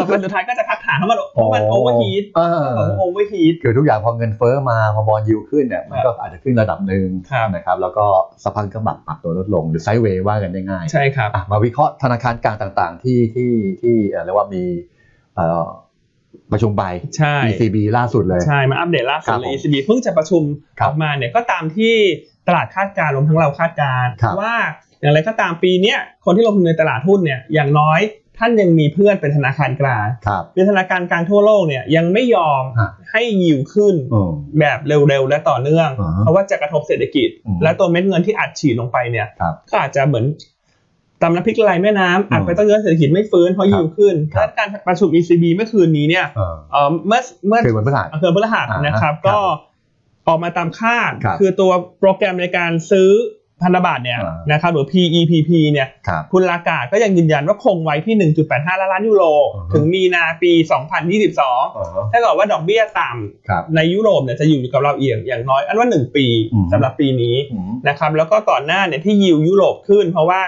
Speaker 2: ไปสุดท้ายก็จะพักฐานเพราะมันเพราะมันโอเวอร์ฮีท
Speaker 1: เออ
Speaker 2: โอเวอร์ฮีท
Speaker 1: คือทุกอย่างพอเงินเฟ้อมาพอบอลยิวขึ้นเนี่ยมัน
Speaker 2: ครั
Speaker 1: ก็
Speaker 2: บ
Speaker 1: อาจจะขึ้นระดับหนึ่ง
Speaker 2: ครับ
Speaker 1: นะครับ แล้วก็สักพักก็บักปรับตัวลดลงหรือไซด์เวย์ว่ากันได้ง่าย
Speaker 2: ใช่ครับ
Speaker 1: อ่ะมาวิเคราะห์ธนาคารกลางต่างๆ ที่ที่ที่เอ่อเรียกว่ามีเอ่อประชุมใบ
Speaker 2: ใช่
Speaker 1: ECB ล่าสุดเลย
Speaker 2: ใช่มาอัปเดตล่า
Speaker 1: ค
Speaker 2: สุ
Speaker 1: รับ
Speaker 2: ดเล
Speaker 1: ผ
Speaker 2: ย
Speaker 1: ม
Speaker 2: ECB เพิ่งจะประชุม
Speaker 1: ครั
Speaker 2: อบ อกมาเนี่ยก็ตามที่ตลาดคาดการณ์รวมทั้งเราคาดการณ์
Speaker 1: ครับ
Speaker 2: ว่าอย่างไรก็ตามปีเนี้ยคนที่ลงทุนในตลาดหุ้นเนี่ยอย่างน้อยท่านยังมีเพื่อนเป็นธนาคารกลาง
Speaker 1: ครับ
Speaker 2: คือธนาคารกลางทั่วโลกเนี่ยยังไม่ยอม
Speaker 1: ฮะ
Speaker 2: ให้ยิวขึ้น
Speaker 1: อืม
Speaker 2: แบบเร็วๆและต่อเนื่อง
Speaker 1: อ่าฮะ
Speaker 2: เพราะว่าจะกระทบเศรษฐกิจ
Speaker 1: อืม
Speaker 2: และตัวเม็ดเงินที่อัดฉีดลงไปเนี่ย
Speaker 1: ครับ
Speaker 2: ก็อาจจะเหมือนตำน้ำพริกละลายแม่น้ำอัดไป
Speaker 1: อืม
Speaker 2: ต้องเยอะเศรษฐกิจไม่ฟื้นเพ
Speaker 1: ค
Speaker 2: ราะ
Speaker 1: รับ
Speaker 2: ยิวขึ้น
Speaker 1: ครับ
Speaker 2: และการประชุม ECB เมื่อคืนนี้เนี่ย
Speaker 1: เออ
Speaker 2: เอ่อเมื่อเมื่อ
Speaker 1: คือมันเพิ่งผ่าน
Speaker 2: คืนพฤหัส
Speaker 1: อ่า
Speaker 2: นะครับ
Speaker 1: ครับ
Speaker 2: ก็ออกมาตามคาด
Speaker 1: ครับ
Speaker 2: อตัวโปรแกรมในการซื้อพันธบัตรเนี่ย
Speaker 1: อ่าน
Speaker 2: นะครับหรือ PEPP เนี่ย
Speaker 1: ครับ
Speaker 2: คุณลากาศก็ยังยืนยันว่าคงไว้ที่ 1.85 ล้านล้านยูโร
Speaker 1: อือฮึ
Speaker 2: ถึงมีนาปี
Speaker 1: เอ
Speaker 2: 2022
Speaker 1: อ
Speaker 2: ถ้าเกิดว่าดอกเบี้ยต่
Speaker 1: ครับ
Speaker 2: ำในยุโรปเนี่ยจะอยู่กับเราเอียงอย่างน้อยอันว่า 1 ปี
Speaker 1: อืม
Speaker 2: สำหรับปีนี้
Speaker 1: อืม
Speaker 2: นะครับแล้วก็ก่อนหน้าเนี่ยที่ยิวยุโรปขึ้น เพราะว่า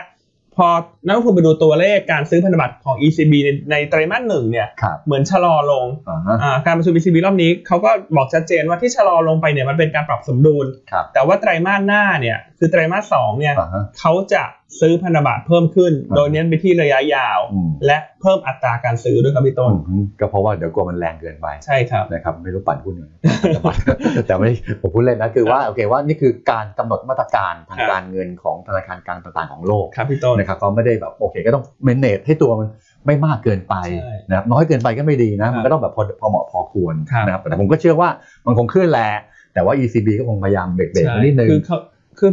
Speaker 2: พอนักลงทุนไปดูตัวเลขการซื้อพันธบัตรของ ECB ในในไตรมาสหนึ่งเนี่ย
Speaker 1: ครับ
Speaker 2: เหมือนชะลอลง
Speaker 1: อ่าฮะ
Speaker 2: อ่าการประชุม ECB รอบนี้เขาก็บอกชัดเจนว่าที่ชะลอลงไปเนี่ยมันเป็นการปรับสมดุล
Speaker 1: ครับ
Speaker 2: แต่ว่าไตรมาสหน้าเนี่ยคือไตรมาสสองเนี่ย
Speaker 1: อ่าฮะ
Speaker 2: เขาจะ ซื้อพันธบัตรเพิ่มขึ้น โดยเน้นไปที่ระยะยาว
Speaker 1: อืม
Speaker 2: และเพิ่มอัตราการซื้อด้วยครับพี่ต้น
Speaker 1: อืมก็เพราะว่าเดี๋ยวกลัวมันแรงเกินไป
Speaker 2: ใช่ครับ
Speaker 1: นะครับไม่รู้ปั่นหุ้นอยู่นะ แต่ไม่ผมพูดเล่นนะคือว่าโอเคว่านี่คือการกำหนดมาตรการทาง
Speaker 2: ครับ
Speaker 1: การเงินของธนาคารกลางต่างๆของโลก
Speaker 2: ครับพี่ต้น
Speaker 1: นะครับก็ไม่ได้แบบโอเคก็ต้องเมนเนจให้ตัวมันไม่มากเกินไป
Speaker 2: ใช่
Speaker 1: นะครับน้อยเกินไปก็ไม่ดีนะ
Speaker 2: ครั
Speaker 1: มั
Speaker 2: บ
Speaker 1: นก็ต้องแบบพอพอเหมาะพอควร
Speaker 2: ครับ
Speaker 1: นะครับแต่ผมก็เชื่อว่ามันคงขึ้นแหละแต่ว่า ECB ก็คงพยายามเบรกๆ
Speaker 2: ใช่
Speaker 1: ไว้นิดนึง
Speaker 2: คือเขาคือ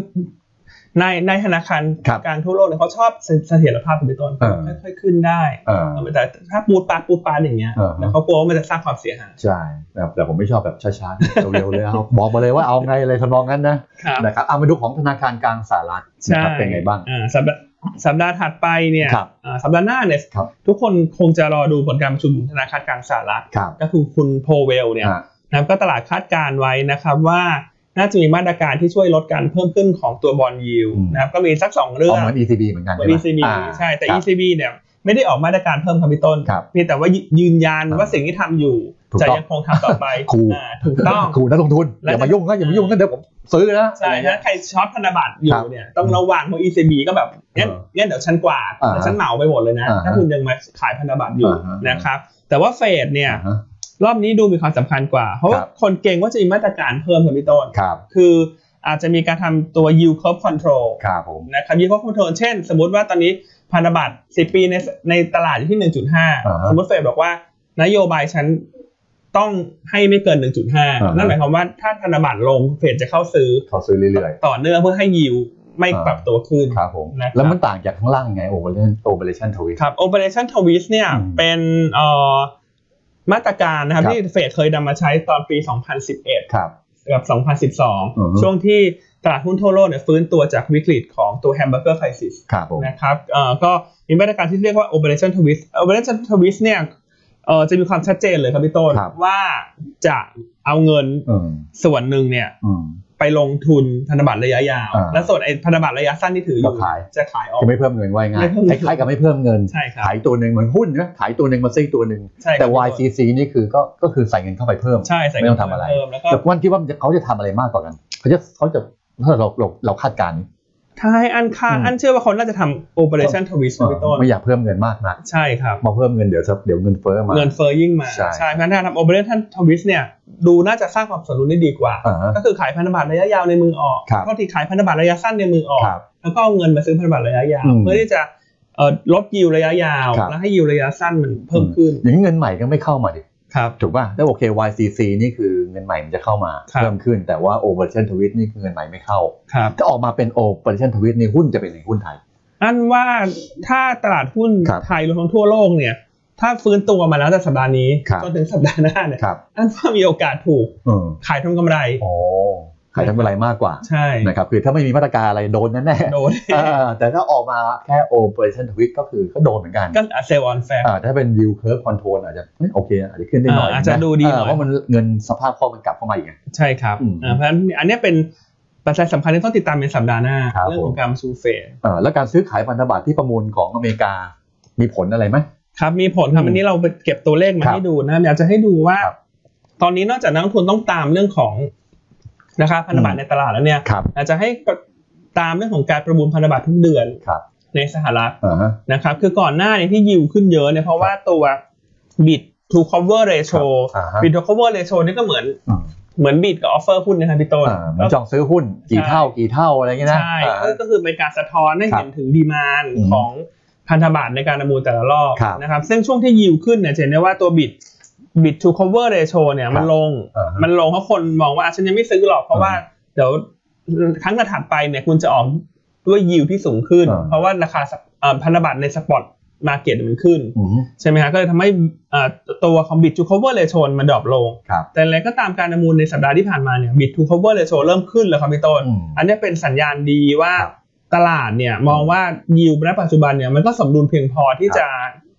Speaker 2: ในในธนาคาร
Speaker 1: ครับ
Speaker 2: การทั่วโลกเนี่ยเขาชอบเสเสถียรภาพของพี่ต้น
Speaker 1: เออ
Speaker 2: ค่อยๆขึ้นได้
Speaker 1: เออ
Speaker 2: แต่ถ้าปูดปาดปูดปาดอย่างเงี้ย
Speaker 1: เออฮะ
Speaker 2: แล้วเขากลัวว่ามันจะสร้างความเสียหาย
Speaker 1: ใช่นะครับแต่ผมไม่ชอบแบบช้าๆเร็วๆเลยเอา บอกมาเลยว่าเอาไงอะไรทำนองนั้นนะครับ นะครับเอามาดูของธนาคารกลางสหรัฐนะครับเป็นไงบ้าง
Speaker 2: อ่สัปดาห์สัปดาห์ถัดไปเนี่ย
Speaker 1: ครับ
Speaker 2: อ่าสัปดาห์หน้าเนี่ย
Speaker 1: ครับ
Speaker 2: ทุกคนคงจะรอดูผลการประชุมของธนาคารกลางสหรัฐ
Speaker 1: ครับ
Speaker 2: ก็คือคุณโพเวลเนี่ย
Speaker 1: อ่า
Speaker 2: นะครับก็ตลาดคาดการณ์ไว้นะครับว่าน่าจะมีมาตรการที่ช่วยลดการเพิ่มขึ้นของตัวบอลยิว
Speaker 1: อืม
Speaker 2: นะครับก็มีสักสองเรื่
Speaker 1: อ๋
Speaker 2: อ
Speaker 1: อง เหมือน ECB เหมือนกัน
Speaker 2: เหมื
Speaker 1: ใช่
Speaker 2: อน
Speaker 1: ไหม
Speaker 2: ECB
Speaker 1: อ่า
Speaker 2: ใช่แต่
Speaker 1: ครับ
Speaker 2: ECB เนี่ยไม่ได้ออกมาตรการเพิ่มครับพี่ต้น
Speaker 1: ครับ
Speaker 2: เพียงแต่ว่ายืยืนยัน
Speaker 1: อ่า
Speaker 2: ว่าสิ่งที่ทำอยู่
Speaker 1: ถูก
Speaker 2: จะ
Speaker 1: ต้อง
Speaker 2: ยังคงทำต่อไป
Speaker 1: ครู
Speaker 2: อ่าถูกต้อง
Speaker 1: ขู่นักลงทุน
Speaker 2: แล้
Speaker 1: อ
Speaker 2: ว
Speaker 1: ย่ามายุ่งนะอย่ามา
Speaker 2: อ่ายุ่
Speaker 1: ยุ่งนะเดี๋ยวผมซื้อนะ
Speaker 2: ใช่
Speaker 1: อะไร
Speaker 2: ถ้า
Speaker 1: เงี้ย
Speaker 2: ใครช็อตธนบัตรอ
Speaker 1: ครั
Speaker 2: ยู่
Speaker 1: บ
Speaker 2: เนี่ยต้องระวังเพราะ ECB ก็แบบงั้น
Speaker 1: เออ
Speaker 2: งั้นเดี๋ยวฉันกวาด
Speaker 1: อ่า
Speaker 2: เดี๋ยวฉันเหมาไปหมดเลยนะ
Speaker 1: อ่าฮะ
Speaker 2: ถ้าคุณยังมาขายพันธบัตรอยู่
Speaker 1: อ่าฮะ
Speaker 2: นะครับแต่ว่าเฟดเนี่ย
Speaker 1: อ่าฮะ
Speaker 2: รอบนี้ดูมีความสำคัญกว่า เพราะว่า
Speaker 1: ครับ
Speaker 2: คนเก่งว่าจะมีมาตรการเพิ่มครับพี่ต้น
Speaker 1: ครับ
Speaker 2: คืออาจจะมีการทำตัว yield curve control
Speaker 1: ครับผม
Speaker 2: นะครับ yield curve control เช่น สมมติว่าตอนนี้พันธบัตร10 ปีในในตลาดอยู่ที่
Speaker 1: อ่าฮะ
Speaker 2: 1.5 สมมติเฟดบอกว่านโยบายฉันต้องให้ไม่เกิน
Speaker 1: อ่าฮะ
Speaker 2: 1.5 นั่นหมายความว่าถ้าธนบัตรลงเฟดจะเข้าซื้อ
Speaker 1: เขาซื้อเรื่อย
Speaker 2: ต่อเนื่องเพื่อให้ยิวไม่
Speaker 1: อ่า
Speaker 2: ปรับตัวขึ้น
Speaker 1: ๆ ครับผม
Speaker 2: นะครับ
Speaker 1: แล้วมันต่างจากข้างล่างยังไงโอเปอเรชั่นโอเปอเรชั่นทวี
Speaker 2: ครับ Operation Twist เนี่ย
Speaker 1: อืม
Speaker 2: เป็นเอ่อมาตรการนะครับ
Speaker 1: ครับ
Speaker 2: ที่เฟดเคยนำมาใช้ตอนปี
Speaker 1: ค
Speaker 2: 2011
Speaker 1: รับ
Speaker 2: กับ
Speaker 1: อือฮึ
Speaker 2: 2012 ช่วงที่ตลาดหุ้นทั่วโลกเนี่ยฟื้นตัวจากวิกฤตของตัวแฮมเบอร์เกอร์ไครซิส
Speaker 1: ครับผม
Speaker 2: นะครับเอ่อก็มีมาตรการที่เรียกว่า Operation Twist Operation Twist เนี่ยเอ่อจะมีความชัดเจนเลยครับพี่ต้น
Speaker 1: ครับ
Speaker 2: ว่าจะเอาเงิน
Speaker 1: อืม
Speaker 2: ส่วนหนึ่งเนี่ย
Speaker 1: อืม
Speaker 2: ไปลงทุนพันธบัตรระยะยาว
Speaker 1: อ่า
Speaker 2: และส่วนไอ้พันธบัตรระยะสั้นที่ถืออ
Speaker 1: ก็
Speaker 2: ยู่
Speaker 1: ขาย
Speaker 2: จะขายออก
Speaker 1: คือไม่เพิ่มเงินไว้ง่า
Speaker 2: ไม่
Speaker 1: ย
Speaker 2: เพิ่มเงิน
Speaker 1: คล้ายๆกับไม่เพิ่มเงิน
Speaker 2: ใช่ครับ
Speaker 1: ขายตัวหนึ่งเหมือนหุ้นนะขายตัวหนึ่งมาซื้อตัวหนึ่ง
Speaker 2: ใช่ครับ
Speaker 1: แต่ YCC นี่คือก็ก็คือใส่เงินเข้าไปเพิ่ม
Speaker 2: ใช่ใส่
Speaker 1: ไม่ต้องทำอะไร
Speaker 2: เพิ่มแล้วก็
Speaker 1: แต่วันคิดว่ามันจะเขาจะทำอะไรมากกว่ากันเขาจะเขาจะถ้าเราเราเราคาดการณ์
Speaker 2: ถ้าให้อันค่า
Speaker 1: อืม
Speaker 2: อันเชื่อว่าเขาน่าจะทำโอเปอเรชั่นทวิสต์พี่ต้น
Speaker 1: ไม่อยากเพิ่มเงินมากนัก
Speaker 2: ใช่ครับ
Speaker 1: มาเพิ่มเงินเดี๋ยวจะเดี๋ยวเงินเฟ้อมา
Speaker 2: เงินเฟ้อยิ่งมา
Speaker 1: ใช่
Speaker 2: เพราะฉะนั้นทำโอเปอเรชั่นทวิสต์เนี่ยดูน่าจะสร้างความสมดุลได้ดีกว่า
Speaker 1: อ่าฮะ
Speaker 2: ก็คือขายพันธบัตรระยะยาวในมือออก
Speaker 1: ครับ
Speaker 2: ก็ที่ขายพันธบัตรระยะสั้นในมือออก
Speaker 1: ครับ
Speaker 2: แล้วก็เอาเงินมาซื้อพันธบัตรระยะยาว
Speaker 1: อืม
Speaker 2: เพื่อที่จะเอ่อลดยิวระยะยาว
Speaker 1: ครับ
Speaker 2: แล้วให้ยิวระยะสั้นมันเพิ่มขึ้น
Speaker 1: อย่างนี้เงินใหม่ก็ไม่เข้ามาดิ
Speaker 2: ครับ
Speaker 1: ถูกป่ะแล้วโอเค YCC นี่คือเงินใหม่มันจะเข้ามา
Speaker 2: ครับ
Speaker 1: เพิ่มขึ้น แต่ว่า o v e r t i o n Tweet นี่คือเงินใหม่ไม่เข้า
Speaker 2: ครับ
Speaker 1: ถ้าออกมาเป็น o v e r t i o n Tweet นี่หุ้นจะเป็นในหุ้นไทย
Speaker 2: อันว่าถ้าตลาดหุ้น
Speaker 1: ครับ
Speaker 2: ไทยรวมทั้งทั่วโลกเนี่ย ถ้าฟื้นตัวมาแล้วแต่สัปดาห์นี้
Speaker 1: ครับ
Speaker 2: จนถึงสัปดาห์หน้าเนี่ย
Speaker 1: ครับ
Speaker 2: อันว่ามีโอกาสถูก
Speaker 1: เออ
Speaker 2: ขายทำกำไร
Speaker 1: โอ้ขายทำกำไรมากกว่า
Speaker 2: ใช่
Speaker 1: นะครับคือถ้าไม่มีมาตรการอะไรโดนแน่
Speaker 2: โดน
Speaker 1: ๆเออแต่ถ้าออกมาแค่ o v e r t i o n Tweet ก็คือก็โดนเหมือนกัน
Speaker 2: ก็เซลล์ออนแฟร์
Speaker 1: อ่าถ้าเป็น yield curve control อาจจะเอ้ยโอเค อาจจะขึ้นได้หน่อย
Speaker 2: อ่าอาจจะดูดีหน่อย
Speaker 1: เพราะมันเงินสภาพคล่องมันกลับเข้ามาอีกไง
Speaker 2: ใช่ครับ
Speaker 1: อืม
Speaker 2: อ่าเพราะฉะนั้นอันเนี้ยเป็นปัจจัยสำคัญที่ต้องติดตามในสัปดาห์หน้า
Speaker 1: ครับ
Speaker 2: เรื่องของการประชุมเฟด
Speaker 1: เออแล้วการซื้อขายพันธบัตรที่ประมูลของอเมริกามีผลอะไรไหม
Speaker 2: ครับมีผลครับ
Speaker 1: อืม
Speaker 2: อันนี้เราไปเก็บตัวเลขมา
Speaker 1: ครับ
Speaker 2: ให้ดูนะครับอยากจะให้ดูว่า
Speaker 1: ครับ
Speaker 2: ตอนนี้นอกจากนักลงทุนต้องตามเรื่องของนะคะพันธบัต
Speaker 1: อื
Speaker 2: ร
Speaker 1: ม
Speaker 2: ในตลาดแล้วเนี่ย
Speaker 1: ครับ
Speaker 2: อาจจะให้ตามเรื่องของการประมูลพันธบัตรทุกเดือน
Speaker 1: ครับ
Speaker 2: ในสหรัฐ
Speaker 1: อ่าฮะ
Speaker 2: นะครับคือก่อนหน้าเนี่ยที่ยิวขึ้นเยอะเนี่ยเพราะว่าตัว bid to cover ratio
Speaker 1: ครับอ่าฮะ
Speaker 2: bid to cover ratio นี่ก็เหมือน
Speaker 1: อืม
Speaker 2: เหมือน bid กับ offer หุ้นนะครับพี่ต้น
Speaker 1: อ่าเหมือนจองซื้อหุ้นกี่
Speaker 2: ใช่
Speaker 1: เท่ากี่เท่าอะไรเงี้ยนะ
Speaker 2: ใช่
Speaker 1: อ่า
Speaker 2: ก็คือเป็นการสะท้อนให้
Speaker 1: ครับ
Speaker 2: เห็นถึงดีมาน
Speaker 1: อืม
Speaker 2: ของพันธบัตรในการประมูลแต่ละรอบ
Speaker 1: ครับ
Speaker 2: นะครับซึ่งช่วงที่ยิวขึ้นเนี่ยจะเห็นได้ว่าตัว bid bid to cover ratio เนี่ยมันลง
Speaker 1: อ่าฮะ
Speaker 2: มันลงเพราะคนมองว่าอ่ะฉันยังไม่ซื้อหรอกเพราะว่าเดี๋ยวครั้งถัดๆไปเนี่ยคุณจะออกด้วยยิวที่สูงขึ้น
Speaker 1: อ่า
Speaker 2: เพราะว่าราคาสะเอ่อพันธบัตรในสปอตมาเก็ตมันขึ้น
Speaker 1: อืม
Speaker 2: ใช่ไหมฮะก็เลยทำให้อ่าตัวของ bid to cover ratio มันดรอปลง
Speaker 1: ครับ
Speaker 2: แต่อะไรก็ตามการประมูลในสัปดาห์ที่ผ่านมาเนี่ย bid to cover ratio เริ่มขึ้นแล้วครับพี่ต้น
Speaker 1: อืม
Speaker 2: อันเนี้ยเป็นสัญญาณดีว่า
Speaker 1: ครับ
Speaker 2: ตลาดเนี่ยมองว่ายิวณปัจจุบันเนี่ยมันก็สมดุลเพียงพอที่
Speaker 1: ครับ
Speaker 2: จะ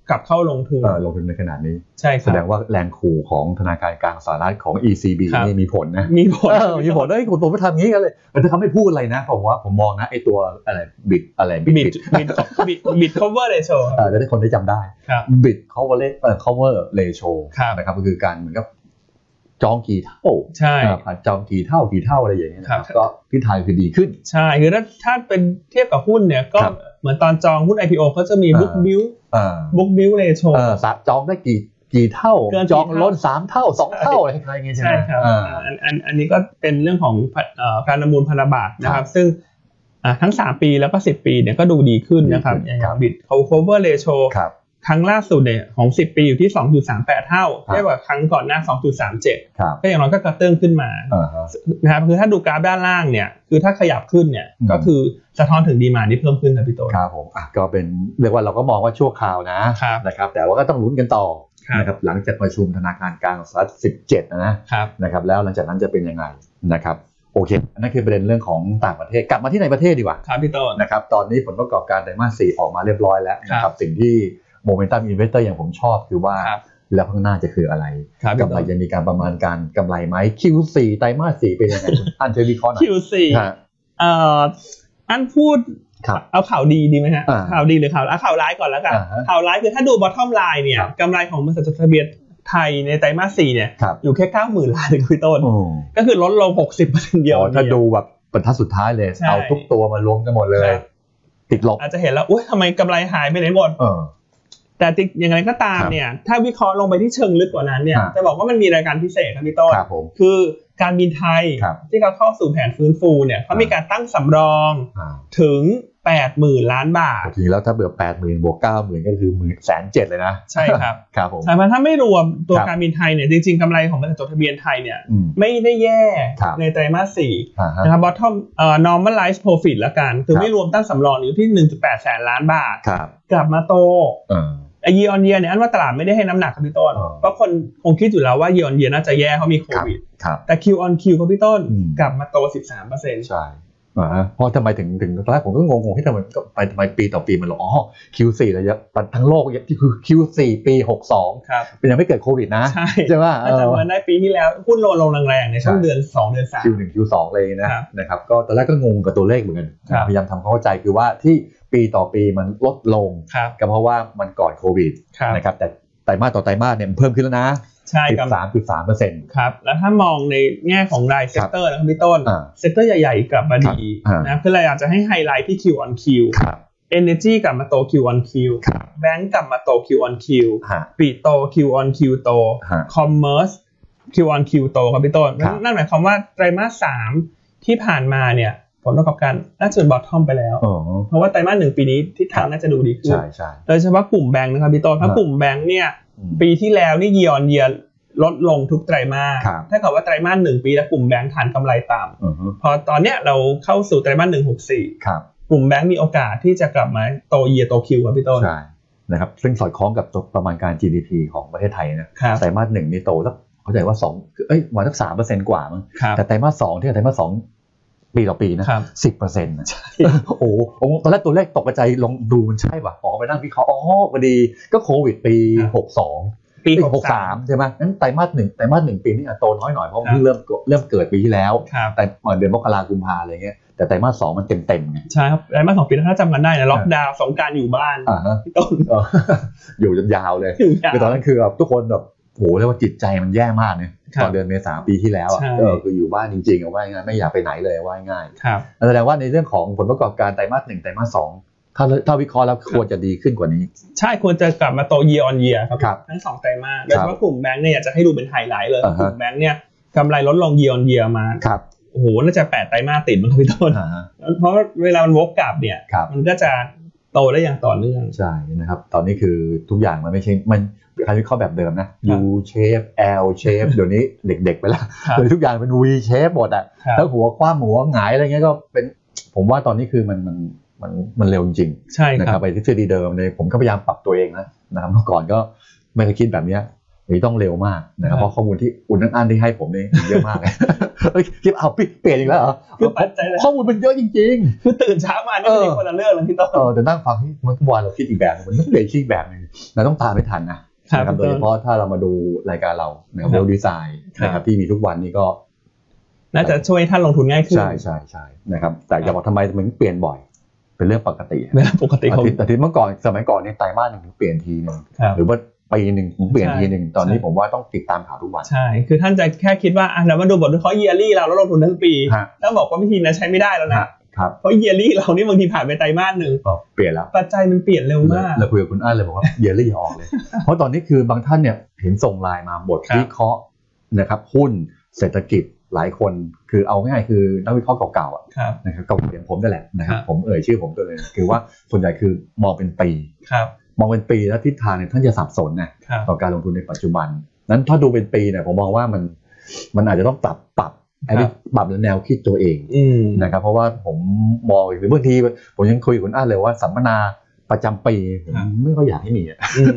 Speaker 2: กลับเข้าลงทุน
Speaker 1: เอ่อลงทุนในขนาดนี้
Speaker 2: ใช่ค
Speaker 1: แสด
Speaker 2: รั
Speaker 1: ง
Speaker 2: บ
Speaker 1: ว่าแรงขู่ของธนาคารกลางสหรัฐของ ECB
Speaker 2: ครับ
Speaker 1: นี่มีผลนะ
Speaker 2: มีผล
Speaker 1: เออมีผลเอ้ยผมผมไปทำงี้กันเลยแต่ถ้าเขาไม่พูดอะไรนะผมว่าผมมองนะไอตัวอะไรบิดอะไรบิด
Speaker 2: bid
Speaker 1: บิด
Speaker 2: bid bid bid cover ratio
Speaker 1: เออจะได้คนได้จำได้
Speaker 2: ครับ
Speaker 1: บิด cover เอ่อ cover ratio
Speaker 2: ครับ
Speaker 1: นะครับก็คือการเหมือนกับ จองกี่เท่า
Speaker 2: ใช่
Speaker 1: อ่าผ่านจองกี่เท่ากี่เท่าอะไรอย่างเงี้ยนะครับ ก็ทิศทางคือดีขึ้น
Speaker 2: ใช่คือถ้าถ้าเป็นเทียบกับหุ้นเนี่ยก็
Speaker 1: ครับ
Speaker 2: เหมือนตอนจองหุ้น IPO เขาจะมี
Speaker 1: อ่า
Speaker 2: book build
Speaker 1: อ่า
Speaker 2: book build ratio
Speaker 1: เออสะจองได้กี่กี่เท่า
Speaker 2: เกินกี่
Speaker 1: จองล้น
Speaker 2: เท่า
Speaker 1: สามเท่าสองเท่าอะไรคล้ายๆอย่างเงี้ยใช่ไห
Speaker 2: ใช่
Speaker 1: ม
Speaker 2: ครับ
Speaker 1: อ่า
Speaker 2: อันอันอันนี้ก็เป็นเรื่องของเอ่อการประมูลพันธบัตรนะครับ ซึ่งอ่าทั้ง 3 ปีแล้วก็ 10 ปีเนี่ยก็ดูดีขึ้นนะครับ
Speaker 1: ดี
Speaker 2: อ
Speaker 1: ขึ้
Speaker 2: ย่าน ง
Speaker 1: ครับ
Speaker 2: บิตเขา cover ratio
Speaker 1: ครับ
Speaker 2: ครั้งล่าสุดเนี่ยของ 10 ปีอยู่ที่ 2.38 เท่า
Speaker 1: ครับ
Speaker 2: เทียบกับครั้งก่อนหน้า 2.37
Speaker 1: ครับ
Speaker 2: ก็อย่างน้อยก็กระเตื้องขึ้นมา
Speaker 1: อ่าฮะ
Speaker 2: นะครับคือถ้าดูกราฟด้านล่างเนี่ยคือถ้าขยับขึ้นเนี่ย
Speaker 1: อืม
Speaker 2: ก็คือสะท้อนถึงดีมาที่เพิ่มขึ้นครับพี่โตน
Speaker 1: ครับผมอ่ะก็เป็นเรียกว่าเราก็มองว่าชั่วคราวนะครับนะครับ แต่ว่าก็ต้องลุ้นกันต่อ
Speaker 2: ครับ
Speaker 1: นะครับหลังจากประชุมธนาคารกลางสหรัฐ17 นะนะครับ นะครับ แล้วหลังจากนั้นจะเป็นยังไงนะครับโอเคอันนั่นคือประเด็นเรื่องของต่างประเทศกลับมาที่ในประเทศดีกว่า
Speaker 2: ครับพี่โตน
Speaker 1: นะครับตอนนี้ผลประกอบการไตรมาสสี่ออกมาเรียบร้อยแล้วนะค
Speaker 2: ครั
Speaker 1: รับบ สิ่งที่โมเมนตัมอินเวสเตอร์อย่างผมชอบคือว่า
Speaker 2: ครับ
Speaker 1: แล้วข้างหน้าจะคืออะไร
Speaker 2: ครับพี่
Speaker 1: กำ
Speaker 2: โต
Speaker 1: ไร
Speaker 2: น
Speaker 1: จะมีการประมาณการกำไรไหม Q4 ไตรมาสสี่เป็นยังไงคุณ อันเชวยวิเคราะห์หน่อย
Speaker 2: Q4
Speaker 1: ฮะ
Speaker 2: เอ่ออันพูด
Speaker 1: ครับ
Speaker 2: เอาข่าวดีดีไหมฮะ
Speaker 1: อ่า
Speaker 2: ข่าวดีหรือข่าวร้ายอ่ะข่าวร้ายก่อนแล้วกัน
Speaker 1: อ่าฮะ
Speaker 2: ข่าวร้ายคือถ้าดู bottom line เนี่ย
Speaker 1: ครับ
Speaker 2: กำไรของบริษัทจดทะเบียนไทยในไตรมาสสี่เนี่ย
Speaker 1: ครับ
Speaker 2: อยู่แค่เก้าหมื่นล้านเองครับพี่โต้น
Speaker 1: โอ้
Speaker 2: ก็คือลดลงหกสิบเปอร์เซ็นต์เดียว
Speaker 1: อ๋อถ้าดูแบบบรรทัดสุดท้ายเลย
Speaker 2: ใช่
Speaker 1: เอาทุกตัวมารวมกันหมดเลย
Speaker 2: ครับ
Speaker 1: ติดลบ
Speaker 2: อาจจะเห็นแล้วอุ้ยทำไมกำไรหายไปไหนหมด
Speaker 1: เออ
Speaker 2: แต่ติอย่างไรก็ตาม
Speaker 1: ครับ
Speaker 2: เนี่ยถ้าวิเคราะห์ลงไปที่เชิงลึกกว่านั้นเนี่ย
Speaker 1: อ่า
Speaker 2: จะบอกว่ามันมีรายการพิเศษครับพี่โต้น
Speaker 1: ครับผม
Speaker 2: คือการบินไทย
Speaker 1: ครับ
Speaker 2: ที่เขาเข้าสู่แผนฟื้นฟูเนี่ยเขา
Speaker 1: อ่ามี
Speaker 2: มีการตั้งสำรอง
Speaker 1: อ่า
Speaker 2: ถึง 80,000 ล้านบาท
Speaker 1: จริงๆแล้วถ้าเบื่อแปดหมื่นบวกเก้าหมื่นก็คือหมื่นแสนเจ็ดเลยนะ
Speaker 2: ใช่ครับ
Speaker 1: ครับผม
Speaker 2: ใช่ไหมถ้าไม่รวมตัว
Speaker 1: ครับ
Speaker 2: การบินไทยเนี่ยจริงๆกำไรของบริษัทจดทะเบียนไทยเนี่ย
Speaker 1: อืม
Speaker 2: ไม่ได้แย่
Speaker 1: ครับ
Speaker 2: ในไตรมาสสี่
Speaker 1: อ่าฮะ
Speaker 2: นะครับ bottom เอ่อ normalized profit ละกัน คือ
Speaker 1: ครับ
Speaker 2: ไม่รวมตั้งสำรองอยู่ที่ 1.8 แสนล้านบาท
Speaker 1: ครับ
Speaker 2: กลับมาโต
Speaker 1: เออ
Speaker 2: เยียนเยียเนี่ยอันว่าตลาดไม่ได้ให้น้ำหนักครับพี่ต้น
Speaker 1: อ๋อ
Speaker 2: เพราะคนคงคิดอยู่แล้วว่าเยียนเยียน่าจะแย่เพราะมีโควิด
Speaker 1: ครับ
Speaker 2: แต่ Q on Q ครับพี่ต้น
Speaker 1: อืม
Speaker 2: กลับมาโต 13เปอร์เซ็นต์
Speaker 1: ใช่อ่าฮะเพราะทำไมถึงถึงตอนแรกผมก็งงงที่ทำไมก็ไปทำไมปีต่อปีมันหรออ๋อ Q4 ระยะทั้งโลกที่คือ Q4 ปี 62
Speaker 2: ครับ
Speaker 1: เป็นยังไม่เกิดโควิดนะ
Speaker 2: ใช่
Speaker 1: ใช่ไหมเอ
Speaker 2: ถ้า
Speaker 1: อ
Speaker 2: จำกันได้ปีที่แล้วหุ้นโลลงแรงๆในช่วง
Speaker 1: ใช่
Speaker 2: เดือน 2 เดือน
Speaker 1: Q1 Q2 เลยนะครับนะครับก็ตอนแรกก็งงกับตัวเลขเหมือนกัน
Speaker 2: ครับ
Speaker 1: พยายามทำความเข้าใจคือว่าที่ปีต่อปีมันลดลง
Speaker 2: 3ครับ
Speaker 1: ก็เพราะว่ามันก่อนโควิด
Speaker 2: ครับ
Speaker 1: นะครับแต่ไตรมาสต่อไตรมาสเนี่ยมันเพิ่มขึ้นแล้วนะ
Speaker 2: ใช่ครับ
Speaker 1: 13.3เปอร์เซ็นต์
Speaker 2: ครับ แล้วถ้ามองในแง่ของรายเซกเตอร์นะครับพี่ต้น
Speaker 1: อ่า
Speaker 2: เซกเตอร์ใหญ่ๆกลับมาดี
Speaker 1: ครับอ่า
Speaker 2: นะคือเราอยากจะให้ไฮไลท์ที่ Q on Q
Speaker 1: ครับ
Speaker 2: Energy กลับมาโต Q on Q
Speaker 1: ครับ
Speaker 2: แบงก์กลับมาโต Q on Q
Speaker 1: ฮะ
Speaker 2: ปีโต Q on Q โต
Speaker 1: ฮะ
Speaker 2: Commerce Q on Q โตครับพี่ต้น
Speaker 1: ครับ
Speaker 2: นั่นหมายความว่าไตรมาสสามที่ผ่านมาเนี่ยผลประกอบการน่าจะเป็นบอททอมไปแล้ว
Speaker 1: อ๋อ
Speaker 2: เพราะว่าไตรมาสหนึ่งปีนี้ทิศทางน่าจะดูดีขึ้น
Speaker 1: ใช่ใช่
Speaker 2: โดยเฉพาะกลุ่มแบงค์นะครับพี่ต้นถ้า
Speaker 1: ครับ
Speaker 2: กลุ่มแบงค์เนี่ย
Speaker 1: อืม
Speaker 2: ปีที่แล้วนี่เยียนเยียลดลงทุกไตรมาส
Speaker 1: ครับ
Speaker 2: ถ้าเกิดว่าไตรมาสหนึ่งปีแล้วกลุ่มแบงค์ฐานกำไรต่
Speaker 1: อือฮึ
Speaker 2: ำพอตอนเนี้ยเราเข้าสู่ไตรมาสหนึ่งหกสี่
Speaker 1: ครับ
Speaker 2: กลุ่มแบงค์มีโอกาสที่จะกลับมาโตเยียโตคิวครับพี่ต้น
Speaker 1: ใช่นะครับซึ่งสอดคล้องกับตัวประมาณการ GDP ของประเทศไทยนะครับ ไตรมาสหนึ่งนี่โตสักเข้าใจว่าสองเอ้ยวันสักสามเปอร์เซ็นต์กว่ามั้ง
Speaker 2: ครับ
Speaker 1: แต่ไตรมาสสองที่ไตรมาสสองปีต่อปีนะครับ สิบเปอร์เซ็นต์นะโอ้โหผมตอนแรกตัวเลขตกใจลองดูมันใช่ป่ะอ๋อไปนั่งวิเคราะห์อ๋อพอดีก็โควิดปี
Speaker 2: ครับ
Speaker 1: หกสอง
Speaker 2: ปี
Speaker 1: ปี
Speaker 2: ห
Speaker 1: ห
Speaker 2: ก
Speaker 1: ก
Speaker 2: สา
Speaker 1: สาม มใช่ไหมนั้นไตรมาสหนึ่งไตรมาสหนึ่งปีนี่อาจโตน้อยหน่อยเพราะ
Speaker 2: ครั
Speaker 1: เพิ่
Speaker 2: บ
Speaker 1: งเริ่มเกิดเริ่มเกิดปีที่แล้ว
Speaker 2: ครับ
Speaker 1: แต่เดือนมกรากุมภาอะไรเงี้ยแต่ไตรมาสสองมันเต็มเต็ม ๆไง
Speaker 2: ใช่ครับไตรมาสสองปีถ้าจำกันได้นะล็อกดาวน์สงกรารอยู่บ้าน
Speaker 1: อ่าฮะ
Speaker 2: พี่ต้น
Speaker 1: เออ อยู่จนยาวเลย
Speaker 2: อยู่ยาว
Speaker 1: คือตอนนั้นคือแบบทุกคนแบบโหเรียกว่าจิตใจมันแย่มากเนี่ย
Speaker 2: ครับ
Speaker 1: ตอนเดือนเมษาปีที่แล้วอะ
Speaker 2: ใช่
Speaker 1: เออคืออยู่บ้านจริงๆเอาว่าง่ายไม่อยากไปไหนเลยเอาว่าง่าย
Speaker 2: ครับ
Speaker 1: แสดงว่าในเรื่องของผลประกอบการไตรมาสหนึ่งไตรมาสสองถ้าถ้าวิเคราะห์แล้วควรจะดีขึ้นกว่านี้
Speaker 2: ใช่ควรจะกลับมาโตเยีย on เยียครับ
Speaker 1: ครับ
Speaker 2: ทั้งสองไตรมาสโดยเฉพาะกลุ่มแบงค์เนี่ยอยากจะให้ดูเป็นไฮไลท์เลย
Speaker 1: อ่าฮะ
Speaker 2: กลุ่มแบงค์เนี่ยกำไรลดลงเยีย on เยียมา
Speaker 1: ครับ
Speaker 2: โอ้โหน่าจะแปดไตรมาสติดมั้งครับพี่ต้น
Speaker 1: อ่าฮะ
Speaker 2: เพราะเวลามันวกกลับเนี่ย
Speaker 1: ครับ
Speaker 2: มันก็จะโตได้อย่างต่อเนื่อง
Speaker 1: ใช่นะครับ ตอนนี้คือทุกอย่างมันไม่ใช่มันการวิเคราะห์แบบเดิมนะ
Speaker 2: ครับ
Speaker 1: U shape L shape เดี๋ยวนี้เด็กๆไปแล้ว
Speaker 2: ครับ
Speaker 1: เลยทุกอย่างเป็น V shape หมดอ่ะ
Speaker 2: ครับ
Speaker 1: ทั้งหัวคว่ำหัวหงายอะไรเงี้ยก็เป็นผมว่าตอนนี้คือมันมันมันมันเร็วจริงๆ
Speaker 2: ใช่
Speaker 1: นะ
Speaker 2: ค
Speaker 1: ค
Speaker 2: รั
Speaker 1: รับบ ไปทฤษฎีเดิมเลยผมก็พยายามปรับตัวเองนะนะครับเมื่อก่อนก็ไม่เคยคิดแบบเนี้ยหรือต้องเร็วมากนะครับ
Speaker 2: ครับ
Speaker 1: เพราะข้อมูลที่อุ่นทั้งอันที่ให้ผมนี่เยอะมากเลยเฮ้ยคิดเอาเปลี่ยนอีกแล้วเหรอ
Speaker 2: คือปัจจัยแหละ
Speaker 1: ข้อมูลมันเยอะจริง
Speaker 2: คือตื่นเช้ามานี่
Speaker 1: เออ
Speaker 2: เป็นคนละเรื่องแล้วพี่ต้น
Speaker 1: ๆเออแต่นั่งฟังที่เมื่อวันเราคิดอีกแบบหนึ่งมันต้องเปลี่ยนคิดอีกแบบหนึงเราต้องตามไม่ทันนะนะโดยเฉพาะถ้าเรามาดูรายการเรานะครับ
Speaker 2: ครับ
Speaker 1: เรลดีไซน์นะครับที่มีทุกวันนี่ก็
Speaker 2: น่าจะช่วยให้ท่านลงทุนง่ายขึ้น
Speaker 1: ใช่ใช่ใช่นะครับแต่จะบอกทำไมมันเปลี่ยนบ่อย เป็นเรื่องปกติ
Speaker 2: นะปกติ
Speaker 1: อา
Speaker 2: ของ
Speaker 1: ทิตย์อาทิตย์เมื่อก่อนสมัยก่อนเนี่ยไตรมาสหนึ่งถึงเปลี่ยนทีหนึง
Speaker 2: ครับ
Speaker 1: หรือว่า ปีหนึ่งผมเปลี่ยน
Speaker 2: ใช่
Speaker 1: ทีหนึ่งตอนนี้
Speaker 2: ใช่
Speaker 1: ผมว่าต้องติดตามข่าวทุกวัน
Speaker 2: ใช่ คือท่านจะแค่คิดว่าอ่ะเดี๋ยวมาดูบทวิเคราะห์เยียรี่เราแล้วลงทุนทั้งปี
Speaker 1: ฮะ
Speaker 2: แล้วบอกว่าวิธีนั้นใช้ไม่ได้แล้วนะ
Speaker 1: ครับ
Speaker 2: เพราะเยียรี่เรานี่บางทีผ่านไปไตรมาสหนึ่ง
Speaker 1: ก็เปลี่ยนแล้ว
Speaker 2: ปัจจัยมันเปลี่ยนเร็วมาก
Speaker 1: เราคุยกับคุณอ้านเลยบอกว่า อย่าเลยอย่าออกเลย เพราะตอนนี้คือบางท่านเนี่ยเห็นส่งไลน์มาบท
Speaker 2: ครับ
Speaker 1: วิเคราะห์นะครับหุ้นเศรษฐกิจหลายคนคือเอาง่ายๆคือนักวิเคราะห์เก่าๆอะ
Speaker 2: ครับ
Speaker 1: นะครับเก่าๆอย่างผมนั่นแหละนะครับ
Speaker 2: ครับ
Speaker 1: ผมเอ่ยชื่อผมตัวเลยคือว่าส่วนใหญ่คือมองเป็นปี
Speaker 2: ครับ
Speaker 1: มองเป็นปีแล้วทิศทางเนี่ยท่านจะสับสนนะครับ ต่อการลงทุนในปัจจุบัน นั้นถ้าดูเป็นปีเนี่ยผมมองว่ามันมันอาจจะต้องปรับปรับ
Speaker 2: ครับ
Speaker 1: ปรับแนวคิดตัวเอง
Speaker 2: อืม
Speaker 1: นะครับเพราะว่าผมมองหรือบางทีผมยังคุยกับคุณอ้าเลยว่าสัมมนาประจำปีผม
Speaker 2: ครับ
Speaker 1: ไม่ก็อยากให้มีอะ
Speaker 2: อืม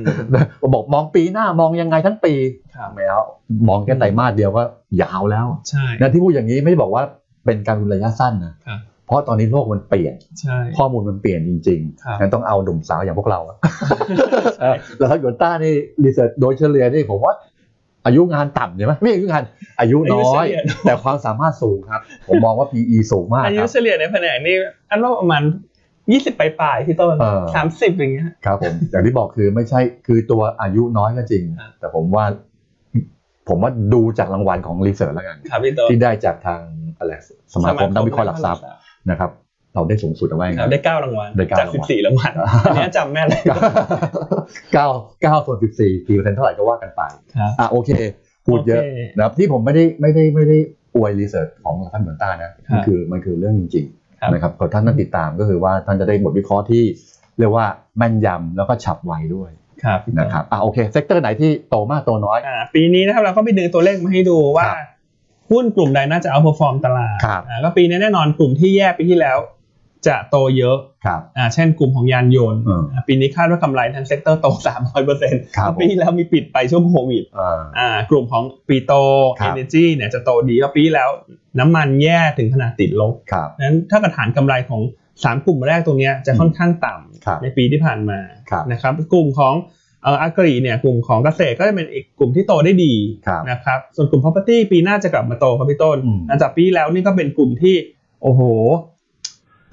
Speaker 1: ผมบอกมองปีหน้ามองยังไงทั้งปี
Speaker 2: ครับ
Speaker 1: ไม่เอามองแค่ไตรมาสเดียวก็ยาวแล้ว
Speaker 2: ใช่
Speaker 1: นะที่พูดอย่างนี้ไม่ได้บอกว่าเป็นการทุนระยะสั้นนะครับ เพราะตอนนี้โลกมันเปลี่ยน
Speaker 2: ใช่
Speaker 1: ข้อมูลมันเปลี่ยนจริง
Speaker 2: ครับ
Speaker 1: งั้นต้องเอาหนุ่มสาวอย่างพวกเราอะเออแล้วถ้าหยวนต้านี่รีเสิร์ชโดยเฉลี่ยนี่ผมว่าอายุงานต่ำใช่ไหมไม่ใช่อายุงานอายุน้อย แต่ความสามารถสูงครับ ผมมองว่า PE สูงมาก
Speaker 2: อา
Speaker 1: ค
Speaker 2: ยุ
Speaker 1: รับ
Speaker 2: เฉลี่ยในแผนกนี่อันว่าประมาณยี่สิบปลายๆที่ต้น
Speaker 1: เออ
Speaker 2: สามสิบอย่างเงี้ย
Speaker 1: ครับผม อย่างที่บอกคือไม่ใช่คือตัวอายุน้อยก็จริง
Speaker 2: ครับ
Speaker 1: แต่ผมว่า ผมว่าดูจากรางวัลของรีเสิร์ชแล้วกัน
Speaker 2: ครับพี่ต้น
Speaker 1: ที่ได้จากทางอะไรสมาคมนักวิเคราะห์หลักทรัพย์นะครับ เราได้สูงสุดเอาไว้ไง
Speaker 2: ครับได้เก้ารางวัล
Speaker 1: ได้เก้า
Speaker 2: จาก
Speaker 1: รางวัล
Speaker 2: สิบสี่รางวัลอันเนี้ยจำแม่นเลย
Speaker 1: เก้าเก้าส่วนสิบสี่กี่เปอร์เซ็นต์เท่าไหร่ก็ว่ากันไป
Speaker 2: ครับ
Speaker 1: อ่ะโอเค พูดเยอะ
Speaker 2: โอเค
Speaker 1: นะครับที่ผมไม่ได้ไม่ได้ไม่ได้อวยรีเสิร์ชของท่านเหมือนต้านะ
Speaker 2: ครั
Speaker 1: มัน
Speaker 2: บ
Speaker 1: คือมันคือเรื่องจริง
Speaker 2: ครับ
Speaker 1: ๆนะครับก็ท่านต้องติดตามก็คือว่าท่านจะได้บทวิเคราะห์ที่เรียกว่าแม่นยำแล้วก็ฉับไวด้วย
Speaker 2: ครับพี่ต้น
Speaker 1: นะครับอ่ะโอเคเซกเตอร์ไหนที่โตมากโตน้อย
Speaker 2: อ่าปีนี้นะครับเราก็ไปดึงตัวเลขมาให้ดูว่า
Speaker 1: ครับ
Speaker 2: หุ้นกลุ่มใดน่าจะเอาเปรียบตลาด
Speaker 1: ครับ
Speaker 2: อ่าก็ปีนี้แน่นอนกลุ่มที่แย่ปีที่แล้ว จะโตเยอะ
Speaker 1: ครับ
Speaker 2: อ่าเช่นกลุ่มของยานยนต์
Speaker 1: อืม
Speaker 2: อ่าปีนี้คาดว่ากำไรทั้งเซกเตอร์โต 300เปอร์เซ็นต์
Speaker 1: ครับผม
Speaker 2: ปีที่แล้วมีปิดไปช่วงโควิด
Speaker 1: เอ่อ
Speaker 2: อ่ากลุ่มของปีโต
Speaker 1: ครั
Speaker 2: เอบ เนจีเนี่ยจะโตดีแล้วปีที่แล้วน้ำมันแย่ถึงขนาดติดลบ
Speaker 1: ครับ
Speaker 2: นั้นถ้ากระฐานกำไรของ 3 กลุ่มแรกตรงเนี้ยจะค่อนข้างต่
Speaker 1: ครับ
Speaker 2: ำในปีที่ผ่านมา
Speaker 1: ครับ
Speaker 2: นะครับ กลุ่มของเอ่ออากรีเนี่ยกลุ่มของเกษตรก็จะเป็นอีกกลุ่มที่โตได้ดี
Speaker 1: ครับ
Speaker 2: นะครับส่วนกลุ่ม property ปีหน้าจะกลับมาโตครับพี่ต้น
Speaker 1: อืม
Speaker 2: หลังจากปีแล้วนี่ก็เป็นกลุ่มที่โอ้โห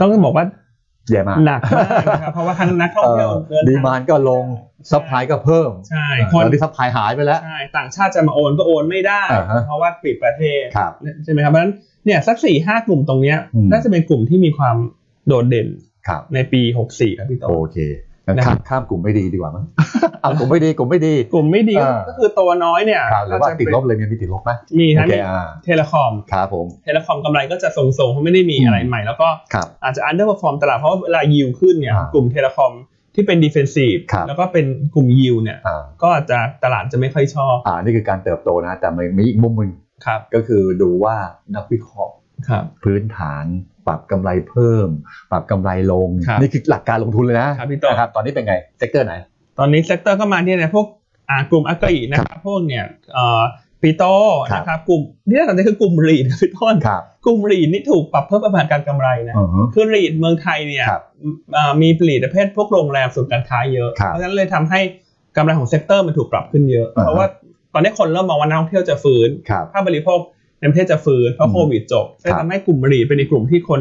Speaker 2: ต้องบอกว่า
Speaker 1: แย่มาก
Speaker 2: หนักมากนะครับเพราะว่าทั้งนักท่องเที่ยวเดินทง
Speaker 1: ดีมานก็ลงซัพพลายก็เพิ่ม
Speaker 2: ใช่
Speaker 1: อ่า
Speaker 2: คน
Speaker 1: ตอนที่ซัพพลายหายไปแล้ว
Speaker 2: ใช่ต่างชาติจะมาโอนก็โอนไม่ได้
Speaker 1: อ่าฮะ
Speaker 2: เพราะว่าปิดประเทศ
Speaker 1: ครับ
Speaker 2: ใช่ไหมครับเพราะฉะนั้นเนี่ยสักสี่ห้ากลุ่มตรงเนี้ย
Speaker 1: อืม
Speaker 2: น่าจะเป็นกลุ่มที่มีความโดดเด่น
Speaker 1: ครับ
Speaker 2: ในปีหกสี่ครับพี่โต
Speaker 1: โอเคงั้น
Speaker 2: นะครั
Speaker 1: ข้าม
Speaker 2: บ
Speaker 1: ข้ามกลุ่มไม่ดีดีกว่ามั้ง เอากลุ่มไม่ดีกลุ่มไม่ดี
Speaker 2: กลุ่มไม่ดีก็
Speaker 1: อ่า
Speaker 2: ก็คือตัวน้อยเนี่ย
Speaker 1: ครับหรือว่าติดลบเลยมีมีติดลบไหม
Speaker 2: มี
Speaker 1: โอ
Speaker 2: ทั้ง
Speaker 1: เคอ่า
Speaker 2: เทเลคอม
Speaker 1: ครับผม
Speaker 2: เทเลคอมกำไรก็จะทรงๆเพราะไม่ได้มีอะไรใหม่ แล้วก็
Speaker 1: ครับ
Speaker 2: อาจจะอันเดอร์ r พ o r ฟอร์มตลาดเพราะว่าเวลายิวขึ้นเนี่ย
Speaker 1: อ่าก
Speaker 2: ลุ่มเทเลคอมที่เป็นดิเฟนซีฟ
Speaker 1: ครับ
Speaker 2: แล้วก็เป็นกลุ่มยิวเนี่ย
Speaker 1: อ่า
Speaker 2: ก็จะตลาดจะไม่ค่อยชอบ
Speaker 1: อ่านี่คือการเติบโตนะ แต่มันมีอีกมุมหนึ่ง
Speaker 2: ครับ
Speaker 1: ก็คือดูว่านักวิเคราะห์
Speaker 2: ครับ
Speaker 1: พื้นฐาน ปรับกำไรเพิ่ม ปรับกำไรลง
Speaker 2: ครับ
Speaker 1: นี่คือหลักการลงทุนเลยนะครับ
Speaker 2: พี่ต้น
Speaker 1: นะครับตอนนี้เป็นไงเซกเตอร์ไหน
Speaker 2: ตอนนี้เซกเตอร์ก็มาที่ในพวกอ่ากลุ่มอากาศนะครับพวกเนี่ยเอ่อปีโต
Speaker 1: ครับ
Speaker 2: นะครับกลุ่มที่น่าสนใจคือกลุ่มรีด พี่ต้น
Speaker 1: ครับ
Speaker 2: กลุ่มรีดนี่ถูกปรับเพิ่มประมาณการกำไรนะ
Speaker 1: อือฮึ
Speaker 2: คือรีดเมืองไทยเนี่ย
Speaker 1: ครับ
Speaker 2: เอ่อมีผลิตประเภทพวกโรงแรมส่วนย์การค้าเยอะ
Speaker 1: ครับ
Speaker 2: เพราะฉะนั้นเลยทำให้กำไรของเซกเตอร์มันถูกปรับขึ้นเยอะ
Speaker 1: อ่าฮะ
Speaker 2: เพราะว่าตอนนี้คนเริ่มมองว่านักท่องเที่ยวจะฟื้น
Speaker 1: ครับ
Speaker 2: ภาคบริโภคในประเทศจะฟื้นเพราะโควิดจบเลยทำให้กลุ่มรีดเป็นอีกกลุ่มที่คน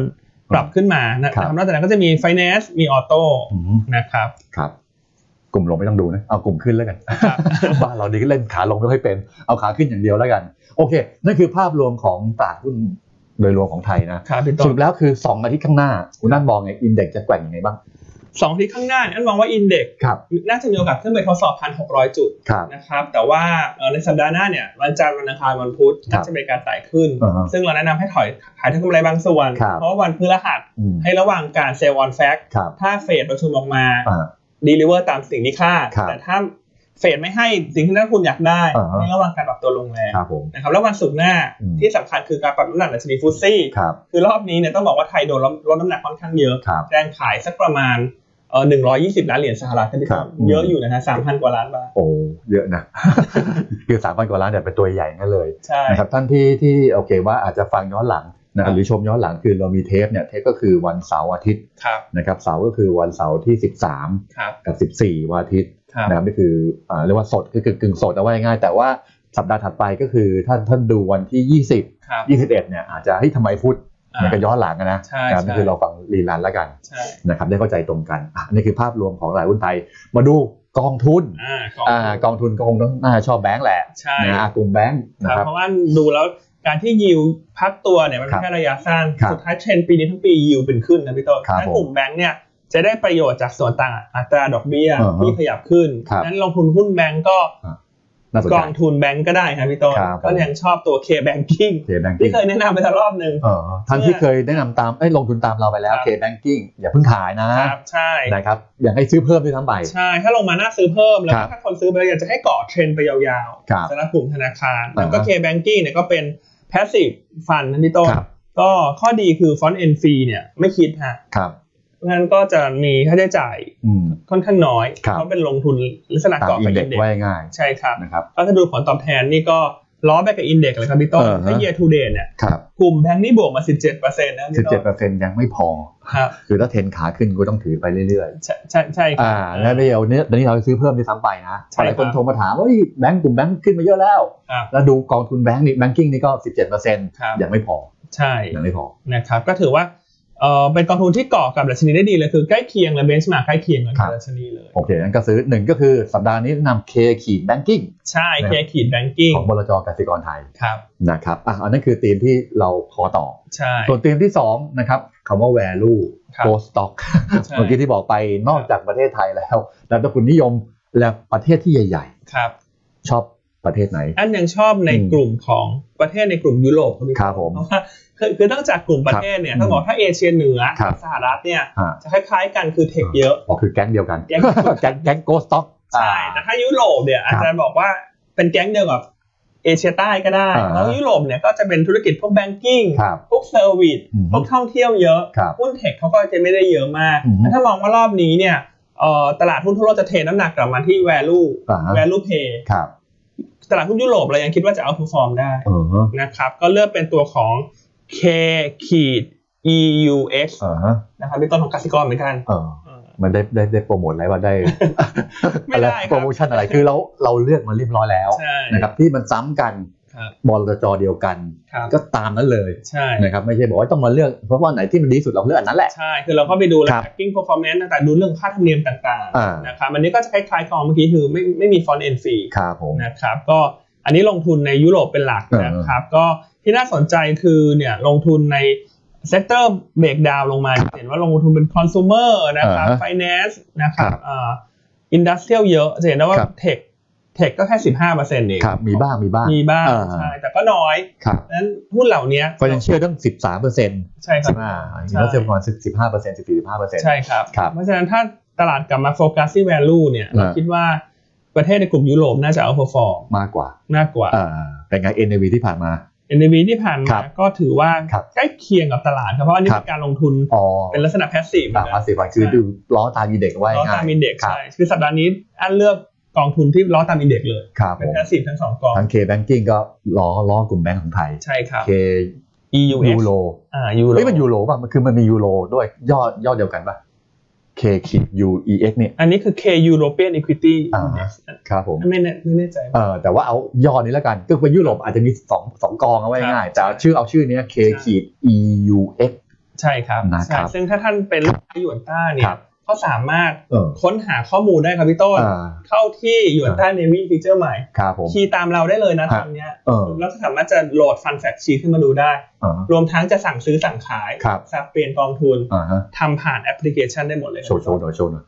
Speaker 2: ปรับขึ้นมานะครับ ทำนอกจากนั้นก็จะมีไฟแนนซ์มีออโต้
Speaker 1: อือฮึ
Speaker 2: นะครับ
Speaker 1: ครับ กลุ่มลงไม่ต้องดูนะเอากลุ่มขึ้นแล้วกัน
Speaker 2: ครับ
Speaker 1: บ้านเราดีก็เล่นขาลงไม่ค่อยเป็นเอาขาขึ้นอย่างเดียวแล้วกัน โอเคนั่นคือภาพรวมของตลาดหุ้นโดยรวมของไทยนะครับ
Speaker 2: พี่
Speaker 1: ส
Speaker 2: ต้น
Speaker 1: รุปแล้วคือสองอาทิตย์ข้างหน้าคุณนั่นมองไงอินเด็กซ์จะแกว่งยังไงบ้าง
Speaker 2: สองอาที่ข้างหน้าเนี่ยอันมองว่าอินเด็ก
Speaker 1: ครับ
Speaker 2: น่าจะมีโอกาสขึ้นไปทดสอบ 1,600 จุด
Speaker 1: ครับ
Speaker 2: นะครับแต่ว่าเอ่อในสัปดาห์หน้าเนี่ยวันจันทร์วันอังคารวันพุธ
Speaker 1: ครับ
Speaker 2: น่าจะเป็นการไต่ขึ้น
Speaker 1: อ่าฮะ
Speaker 2: ซึ่งเราแนะนำให้ถอยขายทั้งกำไรบางส่วน
Speaker 1: ครับ
Speaker 2: เพราะว่าวันพฤหัส
Speaker 1: อืม
Speaker 2: ให้ระวังการเซลล์ออนแฟก
Speaker 1: ครับ
Speaker 2: ถ้าเฟดประชุมออกมา
Speaker 1: อ่า
Speaker 2: ดีลิเวอร์ตามสิ่งที่คาด
Speaker 1: ครับ
Speaker 2: แต่ถ้าเฟดไม่ให้สิ่งที่นักลงทุนอยากได้
Speaker 1: อ่าฮะ
Speaker 2: ให้ระวังการปรับตัวลงแรง
Speaker 1: ครับผม
Speaker 2: นะครับแล้ววันศุกร์หน้า
Speaker 1: อืม
Speaker 2: ที่สำคัญคือการปรับน้ำหนักในชนิดฟุตซี่
Speaker 1: ครับ
Speaker 2: คือรอบนี้เนี่ยต้องบอกว่าไทยโดนลดลดน้ำหนักค่อนข้างเยอะ
Speaker 1: ครับ
Speaker 2: แรงขายสักประมาณเออหนึ่งร้อยี่สิบล้านเหรียญสหรัฐครับพี่
Speaker 1: ครั
Speaker 2: ต้
Speaker 1: บ
Speaker 2: นเยอะอยู่นะฮะสามพันกว่าล้านบาท
Speaker 1: โอ้เยอะนะ คือสามพันกว่าล้านเนี่ยเป็นตัวใหญ่นั่นเลย
Speaker 2: ใช่
Speaker 1: นะครับท่านที่ที่โอเคว่าอาจจะฟังย้อนหลังนะครับหรือชมย้อนหลังคือเรามีเทปเนี่ยเทปก็คือวันเสาร์อาทิตย์
Speaker 2: ครับ
Speaker 1: นะครับเสาร์ก็คือวันเสาร์ที่ 13
Speaker 2: ครับ
Speaker 1: กับ 14 วันอาทิตย์
Speaker 2: ครับ
Speaker 1: นะครับนี่คืออ่าเรียกว่าสดก็คือกึ่งสดเอาไว้ง่ายๆแต่ว่าสัปดาห์ถัดไปก็คือท่านท่านดูวันที่ 20
Speaker 2: ครั
Speaker 1: 21
Speaker 2: บ
Speaker 1: เนี่ยอาจจะเฮ้ยทำไมพูด มันก็ย้อนหลังอะนะ
Speaker 2: ใช่
Speaker 1: นะครับ
Speaker 2: ใช่
Speaker 1: นี่คือเราฟังรีลันแล้วกัน
Speaker 2: ใช่
Speaker 1: นะครับได้เข้าใจตรงกันอ่ะนี่คือภาพรวมของตลาดหุ้นไทย มาดูกองทุน
Speaker 2: อ่าก
Speaker 1: อ่ากองทุนก็คงต้องน่าชอบแบงก์แหละ
Speaker 2: ใช่
Speaker 1: นะอ่ะกลุ่มแบงก์
Speaker 2: ค
Speaker 1: นะ
Speaker 2: รับ
Speaker 1: ครับ
Speaker 2: เพราะว่าดูแล้วการที่ยิวพักตัวเนี่ยมัน
Speaker 1: ค
Speaker 2: เป็น
Speaker 1: รับ
Speaker 2: แค่ระยะสั้น
Speaker 1: ครับ
Speaker 2: สุดท้ายเทรนด์ปีนี้ทั้งปียิวเป็นขึ้นนะพี่ต้น
Speaker 1: ครับ
Speaker 2: ถ้ากลุ่มแบงค์เนี่ยจะได้ประโยชน์จากส่วนต่างอัตราดอกเบี้ย
Speaker 1: อ่าฮะ
Speaker 2: ที่ขยับขึ้น
Speaker 1: ครับ
Speaker 2: นั้นลงทุนหุ้นแบงก์ก็
Speaker 1: น่าสน
Speaker 2: ก
Speaker 1: ใจ
Speaker 2: องทุนแบงก์ก็ได้ครับพี่ต้น
Speaker 1: ครับ
Speaker 2: ก็ยังชอบตัว K Banking
Speaker 1: เคแบงกิ้
Speaker 2: ที่
Speaker 1: ง
Speaker 2: เคยแนะนำไปแล้วรอบหนึ่ง
Speaker 1: เออทั้งที่เคยแนะนำตามเอ้ยลงทุนตามเราไปแล้ว
Speaker 2: ครับ
Speaker 1: เคแบงกิ้งอย่าเพิ่งขายนะครับ
Speaker 2: ใช่
Speaker 1: นะครับอยากให้ซื้อเพิ่มด้วยทั้งใบ
Speaker 2: ใช่ ถ้าลงมาน่าซื้อเพิ่ม แล้ว
Speaker 1: ครั
Speaker 2: ก็
Speaker 1: บ
Speaker 2: ถ้าคนซื้อไปแล้วอยากจะให้เกาะเทรนด์ไปยาว
Speaker 1: ครับ
Speaker 2: ๆสำหรับกลุ่มธนาคาร แล้วก็
Speaker 1: อ่า
Speaker 2: K Banking เนี่ยก็เป็น passive fund นะพี่ต้น
Speaker 1: ครับ
Speaker 2: ก็ข้อดีคือ front end fee เนี่ยไม่คิดฮะ
Speaker 1: ครับ
Speaker 2: งั้นก็จะมีค่าใช้จ่าย
Speaker 1: อืม
Speaker 2: ค่อนข้างน้อย
Speaker 1: ครับ
Speaker 2: เพราะเป็นลงทุนลักษณะ
Speaker 1: ตาม
Speaker 2: เกาะ
Speaker 1: อิ
Speaker 2: กัน บ
Speaker 1: เด็ก
Speaker 2: อิน
Speaker 1: ซ์
Speaker 2: เด็ก
Speaker 1: ไว้ง่าย
Speaker 2: ใช่ครับ
Speaker 1: ๆนะครับ
Speaker 2: ก็ถ้าดูผลตอบแทนนี่ก็ล้อไปกับอินเด็กซ์เลยครับพี่ต้น
Speaker 1: อ่าฮะ
Speaker 2: ถ้า year to date เนี่ย
Speaker 1: ครับ
Speaker 2: กลุ่มแบงค์นี่บวกมา 17%นะพี่ต้น
Speaker 1: 17%ยังไม่พอ
Speaker 2: ครับ
Speaker 1: คือถ้าเทรนขาขึ้นก็ต้องถือไปเรื่อย
Speaker 2: ใช่ใช่ใช่
Speaker 1: ๆ
Speaker 2: ครับ
Speaker 1: อ่าแล้วเดี๋ยวเนี้ยเดี๋ยวนี้เราซื้อเพิ่มด้วยซ้ำไปนะ
Speaker 2: ใช่
Speaker 1: หลายคน
Speaker 2: ครับ
Speaker 1: โทรมาถามว่าเฮ้ยแบงก์กลุ่มแบงก์ขึ้นมาเยอะแล้ว
Speaker 2: ครับ
Speaker 1: แล้วดูกองทุนแบงก์นี่แบงกิ้งนี่ก็ 17%
Speaker 2: ครับ
Speaker 1: ยังไม่พอ
Speaker 2: ใช่
Speaker 1: ยังไม่พอ
Speaker 2: นะครับ ก็ถือว่าเออเป็นกองทุนที่เกาะกับดัชนีได้ดีเลยคือใกล้เคียงและเบนช์มาใกล้เคียงกับ
Speaker 1: ครับ
Speaker 2: ดัชนีเลย
Speaker 1: โอเคงั้นก็ซื้อหนึ่งก็คือสัปดาห์นี้แนะนำเคขีดแบงกิ้ง
Speaker 2: ใช่เคขีดแบงกิ้ง
Speaker 1: ของบลจกสิกรไทย
Speaker 2: ครับ
Speaker 1: นะครับอ่ะอันนั้นคือธีมที่เราขอต่อ
Speaker 2: ใช่
Speaker 1: ส่วนธีมที่ 2 นะครับคำว่า value
Speaker 2: ครับ
Speaker 1: growth stock
Speaker 2: ใช่
Speaker 1: เมื่อกี้ที่บอกไปนอกจากประเทศไทยแล้วนักลงทุนนิยมและประเทศที่ใหญ่
Speaker 2: ครับ
Speaker 1: ๆ ชอบประเทศไหน
Speaker 2: อันยังชอบใน
Speaker 1: อืม
Speaker 2: กลุ่มของประเทศในกลุ่มยุโรป
Speaker 1: ค
Speaker 2: ครับ
Speaker 1: รับผม
Speaker 2: เพราะว่าคือคือตั้งจากกลุ่มประเทศเนี่ย
Speaker 1: ครับ
Speaker 2: ต้องบอกถ้าเอเชียเหนือ
Speaker 1: ครับ
Speaker 2: สหรัฐเนี่ย
Speaker 1: อ่า
Speaker 2: จะคล้ายๆกันคือเทคเยอะ
Speaker 1: อ๋อคือแก๊งเดียวกัน
Speaker 2: แก๊งเดียวกั
Speaker 1: แก๊
Speaker 2: น
Speaker 1: งแก๊งโกสต็อก
Speaker 2: ใช่แต่ถ้ายุโรปเนี่ยอาจ
Speaker 1: ครับ
Speaker 2: จะบอกว่าเป็นแก๊งเดียวกับเอเชียใต้ก็ได้
Speaker 1: อ่า
Speaker 2: แล้วยุโรปเนี่ยก็จะเป็นธุรกิจพวกแบงกิ้ง
Speaker 1: ครับ
Speaker 2: พวกเซอร์วิส
Speaker 1: อืม
Speaker 2: พวกท่องเที่ยวเยอะ
Speaker 1: ครับ
Speaker 2: หุ้นเทคเขาก็จะไม่ได้เยอะมาก
Speaker 1: อืม
Speaker 2: แล้วถ้ามองว่ารอบนี้เนี่ยเอ่อตลาดหุ้นทั่วโลกจะเทน้ำหนักกลับมาที่ value
Speaker 1: อ่าฮะ
Speaker 2: value pay
Speaker 1: ครับ
Speaker 2: ตลาดหุ้นยุโรปเรายังคิดว่าจะเอาทูฟอร์มได้
Speaker 1: เออฮะ
Speaker 2: นะครับก็เลือกเป็นตัวของ K ขีด EUX
Speaker 1: เออฮะ
Speaker 2: นะครับเป็นต้นของกสิกรเหมือนกัน
Speaker 1: เออ
Speaker 2: เออ
Speaker 1: มันได้ได้ได้โปรโมทอะไรว่าได้
Speaker 2: ไม่ได้ครับ
Speaker 1: โปรโมชั่นอะไรคือเราเราเลือกมาเรียบร้อยแล้ว
Speaker 2: ใช่
Speaker 1: นะครับที่มันซ้ำกัน
Speaker 2: ครับ
Speaker 1: บอลจอเดียวกัน
Speaker 2: ครับ
Speaker 1: ก็ตามนั้นเลย
Speaker 2: ใช่
Speaker 1: นะครับไม่ใช่บอกว่าต้องมาเลือกเพราะว่าไหนที่มันดีที่สุดเราเลือกอันนั้นแหละ
Speaker 2: ใช่ คือเราก็ไปดูแล้
Speaker 1: ครั
Speaker 2: ว
Speaker 1: บ
Speaker 2: tracking performance ต่างๆดูเรื่องค่าธรรมเนียมต่าง
Speaker 1: อ่า
Speaker 2: ๆนะครับอันนี้ก็จะคล้ายๆกองเมื่อกี้คือไม่ไม่มี front end fee
Speaker 1: ครับผม
Speaker 2: นะครับก็อันนี้ลงทุนในยุโรปเป็นหลัก
Speaker 1: เออ
Speaker 2: นะครับก็ที่น่าสนใจคือเนี่ยลงทุนในเซกเตอร์เบรกดาวลงมาจะเห็นว่าลงทุนเป็นคอน sumer นะครับ
Speaker 1: อ่าฮะ
Speaker 2: finance นะครั
Speaker 1: ครับ บ
Speaker 2: อินดัสเทรียลเยอะจะเห็นได้ว่า
Speaker 1: ครับ
Speaker 2: เทคเทคก็แค่สิบห้าเปอร์เซ็นต์เอง
Speaker 1: ครับมีบ้างมีบ้าง
Speaker 2: มีบ้าง
Speaker 1: อ่า
Speaker 2: ใช่แต่ก็น้อย
Speaker 1: ครับ
Speaker 2: ดังนั้นหุ้นเหล่านี้
Speaker 1: ก็ยังเชื่อตั้ง 13เปอร์เซ็นต์
Speaker 2: ใช่ครั
Speaker 1: ใช่
Speaker 2: บ
Speaker 1: ไหม
Speaker 2: ใช่
Speaker 1: แล้วเซลล์ประมาณ15เปอร์เซ็นต์14 15เปอร์เซ็นต์
Speaker 2: ใช่ครับ
Speaker 1: ครับ
Speaker 2: เพราะฉะนั้นถ้าตลาดกลับมาโฟกัสที่ value เนี่ยเรา
Speaker 1: อ่า
Speaker 2: คิดว่าประเทศในกลุ่มยุโรปน่าจะเอาพอฟอร์ม
Speaker 1: มากกว่าม
Speaker 2: ากกว่า
Speaker 1: อ่าแต่งาน NAV ที่ผ่านมา
Speaker 2: NAV ที่ผ่าน
Speaker 1: ครั
Speaker 2: มา
Speaker 1: บ
Speaker 2: ก็ถือว่า
Speaker 1: ครับ
Speaker 2: ใกล้เคียงกับตลาดครับเพราะอันนี้
Speaker 1: ครับ
Speaker 2: เป็นการลงทุน
Speaker 1: อ๋อ
Speaker 2: เป็นลักษณะแพสซีฟ
Speaker 1: ต่างภาษีไปคือดูล้อตามอินเด็กซ์ไว้
Speaker 2: ล้อ
Speaker 1: ง่า
Speaker 2: ตาย มอินเด็กซ์
Speaker 1: ครับ
Speaker 2: ใช่คือสัปดาห์นี้อันเลือกกองทุนที่ล้อตามอินเด็กซ์เลย
Speaker 1: ครับผ
Speaker 2: เป็น
Speaker 1: ม
Speaker 2: แพสซีฟทั้งสองกอง
Speaker 1: ทั้ง K Banking ก็ล้อล้อกลุ่มแบงก์ของไทย
Speaker 2: ใช่ครับ
Speaker 1: K
Speaker 2: EUS
Speaker 1: ยูโร
Speaker 2: อ่ายูโร
Speaker 1: เอ้ยมันยูโรป่ะมันคือมันมียูโรด้วยย่อย่อเดียวกันป่ะ K ขีด U E X เนี่ย
Speaker 2: อันนี้คือ K European Equity
Speaker 1: อ่า
Speaker 2: Index
Speaker 1: ครับผม
Speaker 2: ไม่แน่ไม่แน่ใจ
Speaker 1: เออแต่ว่าเอาย่อนี้แล้วกัน ก็เป็นยุโรปอาจจะมีสองสองกองเอาไว้ง่าย แต่เอาชื่อเอาชื่อเนี้ย K ขีด E U X
Speaker 2: ใช่ครับ
Speaker 1: นะครับ
Speaker 2: ใช่ซึ่งถ้าท่านเป็นลูกค้าหยวนต้าเนี่
Speaker 1: ครั
Speaker 2: ย
Speaker 1: บ
Speaker 2: ก็สามารถ
Speaker 1: เออ
Speaker 2: ค้นหาข้อมูลได้ครับพี่ต้น
Speaker 1: อ่า
Speaker 2: เข้าที่หยวนต้าเนวี่ฟีเจอร์ใหม่
Speaker 1: ครับผม
Speaker 2: คีย์ตามเราได้เลยนะตอนเนี้ย
Speaker 1: เออ
Speaker 2: แล้วก็สามารถจะโหลดฟันแฟกชีขึ้นมาดูได้
Speaker 1: อ่า
Speaker 2: รวมทั้งจะสั่งซื้อสั่งขาย
Speaker 1: ครับ
Speaker 2: สับเปลี่ยนกองทุน
Speaker 1: อ่าฮะ
Speaker 2: ทำผ่านแอปพลิเคชันได้หมดเลย
Speaker 1: โชว์โชว์หน่อยโชว์หน่อย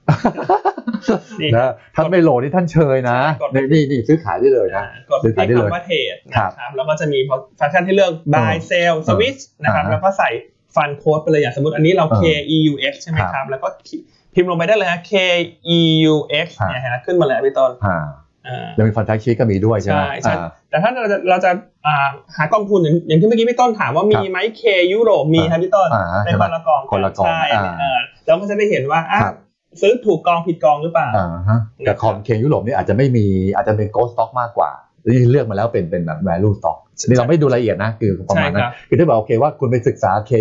Speaker 2: นี่
Speaker 1: นะท่านไม่โหลดนี่ท่านเชยนะ
Speaker 2: กด
Speaker 1: นี่นี่นี่ซื้อขายได้เลยนะ
Speaker 2: อ่ากด
Speaker 1: ซื้อขายได้
Speaker 2: ที่
Speaker 1: เลย
Speaker 2: คำว่าเทรด
Speaker 1: ครับ
Speaker 2: นะครับแล้วก็จะมีฟังก์ชันให้เลือก buy sell switch นะครับ
Speaker 1: อ่าฮะ
Speaker 2: แล้วก็ใส่ฟันโค้ดไปเลยอย่างสมมติอันนี้เรา
Speaker 1: อ่า
Speaker 2: KEUX ใช่ไหม
Speaker 1: ค
Speaker 2: ค
Speaker 1: รั
Speaker 2: รั
Speaker 1: บบ
Speaker 2: แล้วก็พิมพ์ลงไปได้เลยฮะ KEUX
Speaker 1: ครับ
Speaker 2: เนี่ยเห็นไหมขึ้นมาเลยพี่ต้น
Speaker 1: อ่า
Speaker 2: อ่า
Speaker 1: ยังมีฟันแท็กชีก็มีด้วยใช่ไหม
Speaker 2: ใช่ใช่
Speaker 1: อ่า
Speaker 2: แต่ถ้าเราจะเราจะอ่าหากองทุนอย่างอย่างที่เมื่อกี้พี่ต้นถามว่ามีไหมเคยุโรปมี
Speaker 1: อ่า
Speaker 2: ครับพี่ต้น
Speaker 1: อ่า
Speaker 2: ในคนละกอง
Speaker 1: คนละกอง
Speaker 2: ใช่
Speaker 1: อ่า
Speaker 2: เออเราก็จะได้เห็นว่าอ่ะ
Speaker 1: ครับ
Speaker 2: ซื้อถูกกองผิดกองหรือเปล่า
Speaker 1: อ่าฮะแต่ของเคยุโรปนี่อาจจะไม่มีอาจจะเป็นโกลด์สต็อกมากกว่านี่เลือกมาแล้วเป็นเป็นแบบ value stock นี่เราไม่ดูรายละเอียดนะ คือประมาณนั้
Speaker 2: ใช่ครั
Speaker 1: น
Speaker 2: บ
Speaker 1: คือถ้าบอกโอเคว่าคุณไปศึกษาเค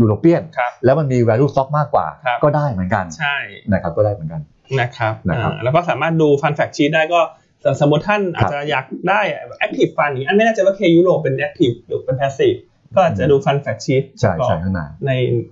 Speaker 1: ยุโรเปียน
Speaker 2: ครับ
Speaker 1: แล้วมันมี value stock มากกว่า
Speaker 2: ครับ
Speaker 1: ก็ได้เหมือนกัน
Speaker 2: ใช่
Speaker 1: นะครับก็ได้เหมือนกัน
Speaker 2: นะครับ
Speaker 1: นะครับ
Speaker 2: อ่าแล้วก็สามารถดูฟันแฟกชี t ได้ก็สสมมติท่านอาจจะอยากได้ Active Fund อย่างนี้อันไม่แน่ใจว่าเคยุโรปเป็น Active หรือเป็น Passive ก็อาจจะดูฟันแฟกชีต
Speaker 1: ใช่ใช่ข้างใน
Speaker 2: ใน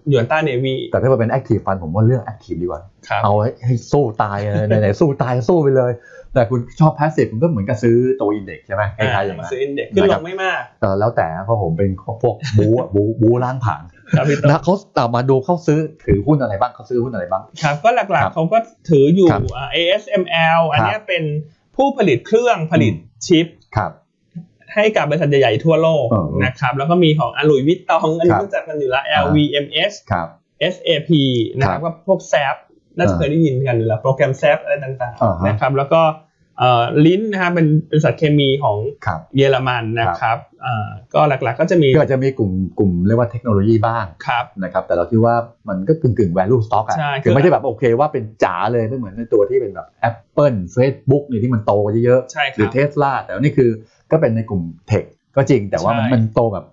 Speaker 2: หยวนต้าเนวี
Speaker 1: แต่ถ้ามาเป็นแอคทีฟฟันผมว่าเรื่องแอคทีฟดีกว่า
Speaker 2: ครับ
Speaker 1: เอาให้ให้สู้ตายเลย ไหนๆสู้ตายสู้ไปเลย แต่คุณชอบพาสซีฟคุณก็เหมือนกับซื้อตัวอินเด็กซ์ใช่ไหมคล้ายๆอย่าง
Speaker 2: มา
Speaker 1: นั้น
Speaker 2: ซื้ออินเด็กซ์ขึ้นล
Speaker 1: นะครับ
Speaker 2: งไม่มาก
Speaker 1: เออแล้วแต่เพราะผมเป็นพวกบูอะ บูบูล้างผลาง
Speaker 2: ครับพี่ต้น
Speaker 1: นะเขาตามมาดูเขาซื้อถือหุ้นอะไรบ้างเขาซื้อหุ้นอะไรบ้าง
Speaker 2: ครับก็หลัก
Speaker 1: ครับ
Speaker 2: ๆเขาก็ถืออยู่
Speaker 1: ครับ
Speaker 2: อ่า ASML อันเนี้ยเป็นผู้ผลิตเครื่องผลิตชิป
Speaker 1: ครับ
Speaker 2: ให้กับบริษัทใหญ่ๆทั่วโลก
Speaker 1: เออ
Speaker 2: นะครับแล้วก็มีของอลุยวิตตองอัน
Speaker 1: ครั
Speaker 2: นี้
Speaker 1: บ
Speaker 2: รู้จักกันอยู่ละ
Speaker 1: อ่า
Speaker 2: LVMH
Speaker 1: ครับ
Speaker 2: SAP นะครับ
Speaker 1: ครับ
Speaker 2: ก็พวก SAP น่าจะ
Speaker 1: อ่า
Speaker 2: เคยได้ยินกันอยู่แล้วโปรแกรม SAP อะไรต่าง
Speaker 1: อ่าฮะ
Speaker 2: ๆนะครับแล้วก็เอ่อลิ้นนะครับเป็นบริษัทเคมีของ
Speaker 1: ครับ
Speaker 2: เยอรมันนะครับเอ่อก็หลักๆก็จะมี
Speaker 1: ก็อาจจะมีกลุ่มกลุ่มเรียกว่าเทคโนโลยีบ้าง
Speaker 2: ครับ
Speaker 1: นะครับแต่เราคิดว่ามันก็กึ่งกึ่ง value stock อ่ะ
Speaker 2: ใช่
Speaker 1: คือ
Speaker 2: คือ
Speaker 1: ไม่ใช่แบบโอเคว่าเป็นจ๋าเลยไม่เหมือนในตัวที่เป็นแบบ Apple Facebook นี่ที่มันโตเยอะ
Speaker 2: ใช่
Speaker 1: ๆ
Speaker 2: ค
Speaker 1: หรือ
Speaker 2: รับ
Speaker 1: เทสลาแต่ว่านี่คือก็เป็นในกลุ่มเทคก็จริงแต่ว่ามัน
Speaker 2: ใช่
Speaker 1: มันโตแบบ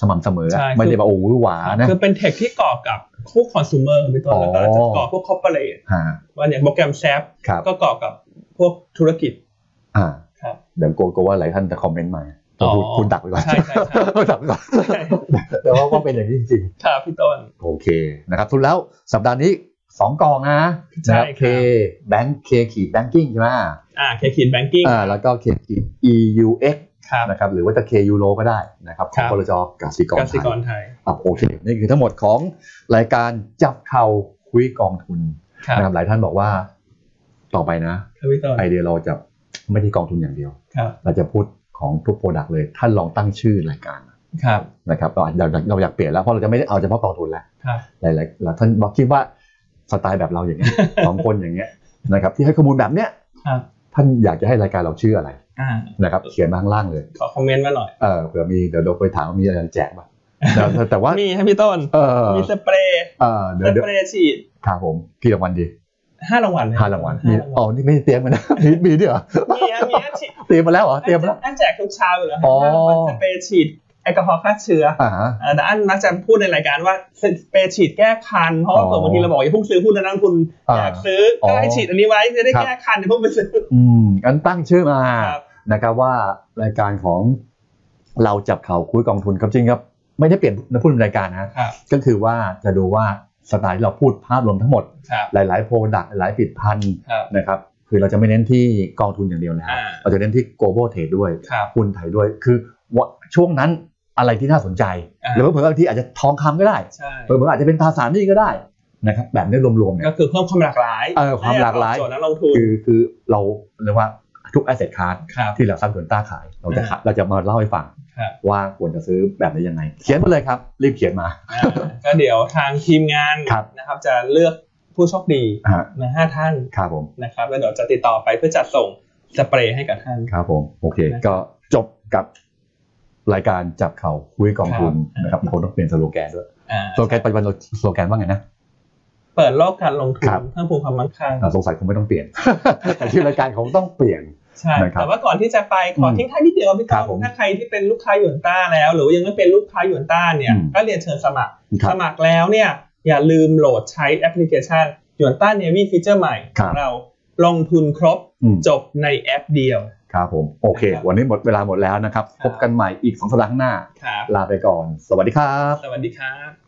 Speaker 1: สม่ำเสมออะ
Speaker 2: ใช่
Speaker 1: ไม่
Speaker 2: คือ
Speaker 1: ได้แบบโอ้โหหวานะ
Speaker 2: คือเป็นเทคที่ก่อกับพวกคอน sumer เป็นต้น
Speaker 1: อ๋อ
Speaker 2: แล้วก็จะก่อพวก corporate
Speaker 1: ฮะ
Speaker 2: ว่าอย่างโปรแกรม SAP
Speaker 1: ครับ
Speaker 2: ก็ก่อกับพวกธุรกิจ
Speaker 1: อ่า
Speaker 2: ครับ
Speaker 1: เดี๋ยวโกโกว่าหลายท่านจะคอมเมนต์มาผมพูด
Speaker 2: อ๋อ
Speaker 1: คุณดักไปก่อน
Speaker 2: ใช่ใช่ใช่
Speaker 1: คุณดักไปก่อนแต่ว่าว่าเป็นอย่างนี้จริง
Speaker 2: ครับพี่ต้น
Speaker 1: โอเคนะครับทุนแล้วสัปดาห์นี้ 2 กองนะ
Speaker 2: ใช่ครับ
Speaker 1: เคแบงค์เคขีดแบงกิ้งใช่ไหม
Speaker 2: อ่าเคคิดแบงกิ้ง
Speaker 1: อ่าแล้วก็เคขีด EUX
Speaker 2: ครับ
Speaker 1: นะครับหรือว่าจะ K ยูโรก็ได้นะครับข
Speaker 2: ครั
Speaker 1: อง
Speaker 2: บ
Speaker 1: บลจกสิกร
Speaker 2: กสิกร
Speaker 1: ไทย
Speaker 2: ไทย
Speaker 1: อ่ะโอเค นี่คือทั้งหมดของรายการจับเข่าคุยกองทุน
Speaker 2: ครับ
Speaker 1: นะครับหลายท่านบอกว่าต่อไปนะ
Speaker 2: ครับพี่ต้น
Speaker 1: ไอเดียเราจะไม่ที่กองทุนอย่างเดียว
Speaker 2: ครับ
Speaker 1: เราจะพูดของทุกโปรดักต์เลยท่านลองตั้งชื่อรายการ
Speaker 2: ครับ
Speaker 1: นะครับเราอาจเราเราอยากเปลี่ยนแล้วเพราะเราจะไม่ได้เอาเฉพาะกองทุนแล้ว
Speaker 2: ครับ
Speaker 1: หลายๆหลายท่านบอกคิดว่าสไตล์แบบเรา อย่างเงี้ย สองคนอย่างเงี้ยนะครับที่ให้ข้อมูลแบบเนี้ย
Speaker 2: ครับ
Speaker 1: ท่านอยากจะให้รายการเราชื่ออะไร
Speaker 2: อ่า
Speaker 1: นะครับเขียนมาข้างล่างเลย
Speaker 2: ขอคอมเมนต์มาหน่อย
Speaker 1: เออเผื่อมีเดี๋ยวเราไปถามว่ามีอะไรแจกบ้างแต่แต่แต่ว่า
Speaker 2: มีครับพี่ต้น
Speaker 1: เออ
Speaker 2: มีสเปรย์
Speaker 1: เออเดี๋ยว
Speaker 2: ส
Speaker 1: เดี๋ยว
Speaker 2: เปรย์ฉีด
Speaker 1: ครับผมกี่รางวัลดี
Speaker 2: ห้ารางวัลเลย
Speaker 1: ห้ารางวัลมี
Speaker 2: ห้ารางวั
Speaker 1: อ๋อ
Speaker 2: ล
Speaker 1: นี่ไม่ได้เตรียมมานะ มีมีด้วยเหรอ
Speaker 2: มี ครับมีครับฉีด
Speaker 1: เตรียมมาแล้วเหรอเตรียมมาแล้ว
Speaker 2: อันแจกทุกเช้าอยู่แล้ว
Speaker 1: อ๋อ
Speaker 2: ห้ารางวัลสเปรย์ฉีดแอลกอฮอล์ฆ่าเชื้อ
Speaker 1: อ่าฮะ
Speaker 2: เอ่อแต่อันมักจะพูดในรายการว่าสเปรย์ฉีดแก้คัน เพราะว่า
Speaker 1: อ๋อ
Speaker 2: เผื่อบางทีเราบอกอย่าเพิ่งซื้อหุ้นนะนั่งคุณ
Speaker 1: อ่า
Speaker 2: อยากซื้อ
Speaker 1: อ๋อ
Speaker 2: ก็ให้ฉีดอันนี้ไว้จะได้
Speaker 1: ครับ
Speaker 2: แก้คันอย่าเพิ่งไปซื้อ
Speaker 1: อืมกันตั้งชื่อมา
Speaker 2: ครับ
Speaker 1: นะครับว่ารายการของเราจับเขาคุยกองทุนครับจริงครับ ไม่ได้เปลี่ยนนะพูดเป็นรายการนะ
Speaker 2: ครับ
Speaker 1: ก็คือว่าจะดูว่าสไตล์ที่เราพูดภาพรวมทั้งหมด
Speaker 2: ครับ
Speaker 1: หลาย ๆ โปรดักต์หลายผลิดพันธ์
Speaker 2: ครับ
Speaker 1: นะครับคือเราจะไม่เน้นที่กองทุนอย่างเดียวนะครับ
Speaker 2: อ่า
Speaker 1: เราจะเน้นที่ global trade ด้วย
Speaker 2: ครับ
Speaker 1: หุ้นไทยด้วยคือวะช่วงนั้นอะไรที่น่าสนใจ
Speaker 2: อ่า
Speaker 1: หรือเผื่อบางทีอาจจะทองคำก็ได้
Speaker 2: ใช่
Speaker 1: เผื่อๆอาจจะเป็นตราสารหนี้ก็ได้นะครับแบบนี้รวม ๆ เนี่ย
Speaker 2: ก็คือเพิ่มความหลากหลาย
Speaker 1: เออความหลากหลาย
Speaker 2: ให้ตอบโจทย์นักลงทุน
Speaker 1: คือคือเราเรียกว่าทุก asset class
Speaker 2: ครับ
Speaker 1: ที่เราสร้างดนต้าขายเราจะ
Speaker 2: อ่า
Speaker 1: ขายเราจะมาเล่าให้ฟัง
Speaker 2: ครับ
Speaker 1: ว่าควรจะซื้อแบบไหนยังไง เขียนมาเลยครับ รีบเขียนมา
Speaker 2: อ่าก็เดี๋ยวทางทีมงาน
Speaker 1: ครับ
Speaker 2: นะครับจะเลือกผู้โชคดี
Speaker 1: อ่า
Speaker 2: นะห้าท่าน
Speaker 1: ครับผม
Speaker 2: นะครับ แล้วเดี๋ยวจะติดต่อไปเพื่อจัดส่งสเปรย์ให้กับท่าน
Speaker 1: ครับผมโอเค
Speaker 2: นะครับ
Speaker 1: ก็จบกับรายการจับเข่าคุยกองทุน
Speaker 2: ครับ
Speaker 1: นะครับผมต้องเปลี่ยนสโลแกนด้วย
Speaker 2: อ่า
Speaker 1: สโลแกนปัจจุบันเราสโลแกนว่าไงนะ
Speaker 2: เปิดโลกการลงทุน
Speaker 1: ครับ
Speaker 2: เพิ่มพูนความมั่งคั่ง
Speaker 1: อ่าสงสัยคงไม่ต้องเปลี่ยน แต่ชื่อรายการคงต้องเปลี่ยน
Speaker 2: ใช่
Speaker 1: นะครับ
Speaker 2: แต่ว่าก่อนที่จะไปขอ
Speaker 1: ม
Speaker 2: ทิ้งท้ายนิดเดียวพี่
Speaker 1: ครับ
Speaker 2: ต้
Speaker 1: ผ
Speaker 2: อ
Speaker 1: ม
Speaker 2: มถ้าใครที่เป็นลูกค้าหยวนต้าแล้ว หรือว่ายังไม่เป็นลูกค้าหยวนต้าเนี่ย
Speaker 1: อืม
Speaker 2: ก็เรียนเชิญสมัคร
Speaker 1: ครั
Speaker 2: ส
Speaker 1: บ
Speaker 2: มัครแล้วเนี่ยอย่าลืมโหลดใช้แอปพลิเคชันหยวนต้าเนวีฟีเจอร์ใหม่
Speaker 1: ครั
Speaker 2: ของ
Speaker 1: บ
Speaker 2: เราลงทุนครบ
Speaker 1: อืม
Speaker 2: จบในแอปเดียว
Speaker 1: ครับผมโอเค
Speaker 2: ครับ
Speaker 1: วันนี้หมดเวลาหมดแล้วนะครับ
Speaker 2: ค
Speaker 1: พ
Speaker 2: รับ
Speaker 1: บกันใหม่อีกสองสัปดาห์ข้างหน้า
Speaker 2: ครับ
Speaker 1: ลาไปก่อน สวัสดีครับ
Speaker 2: สวัสดีครับ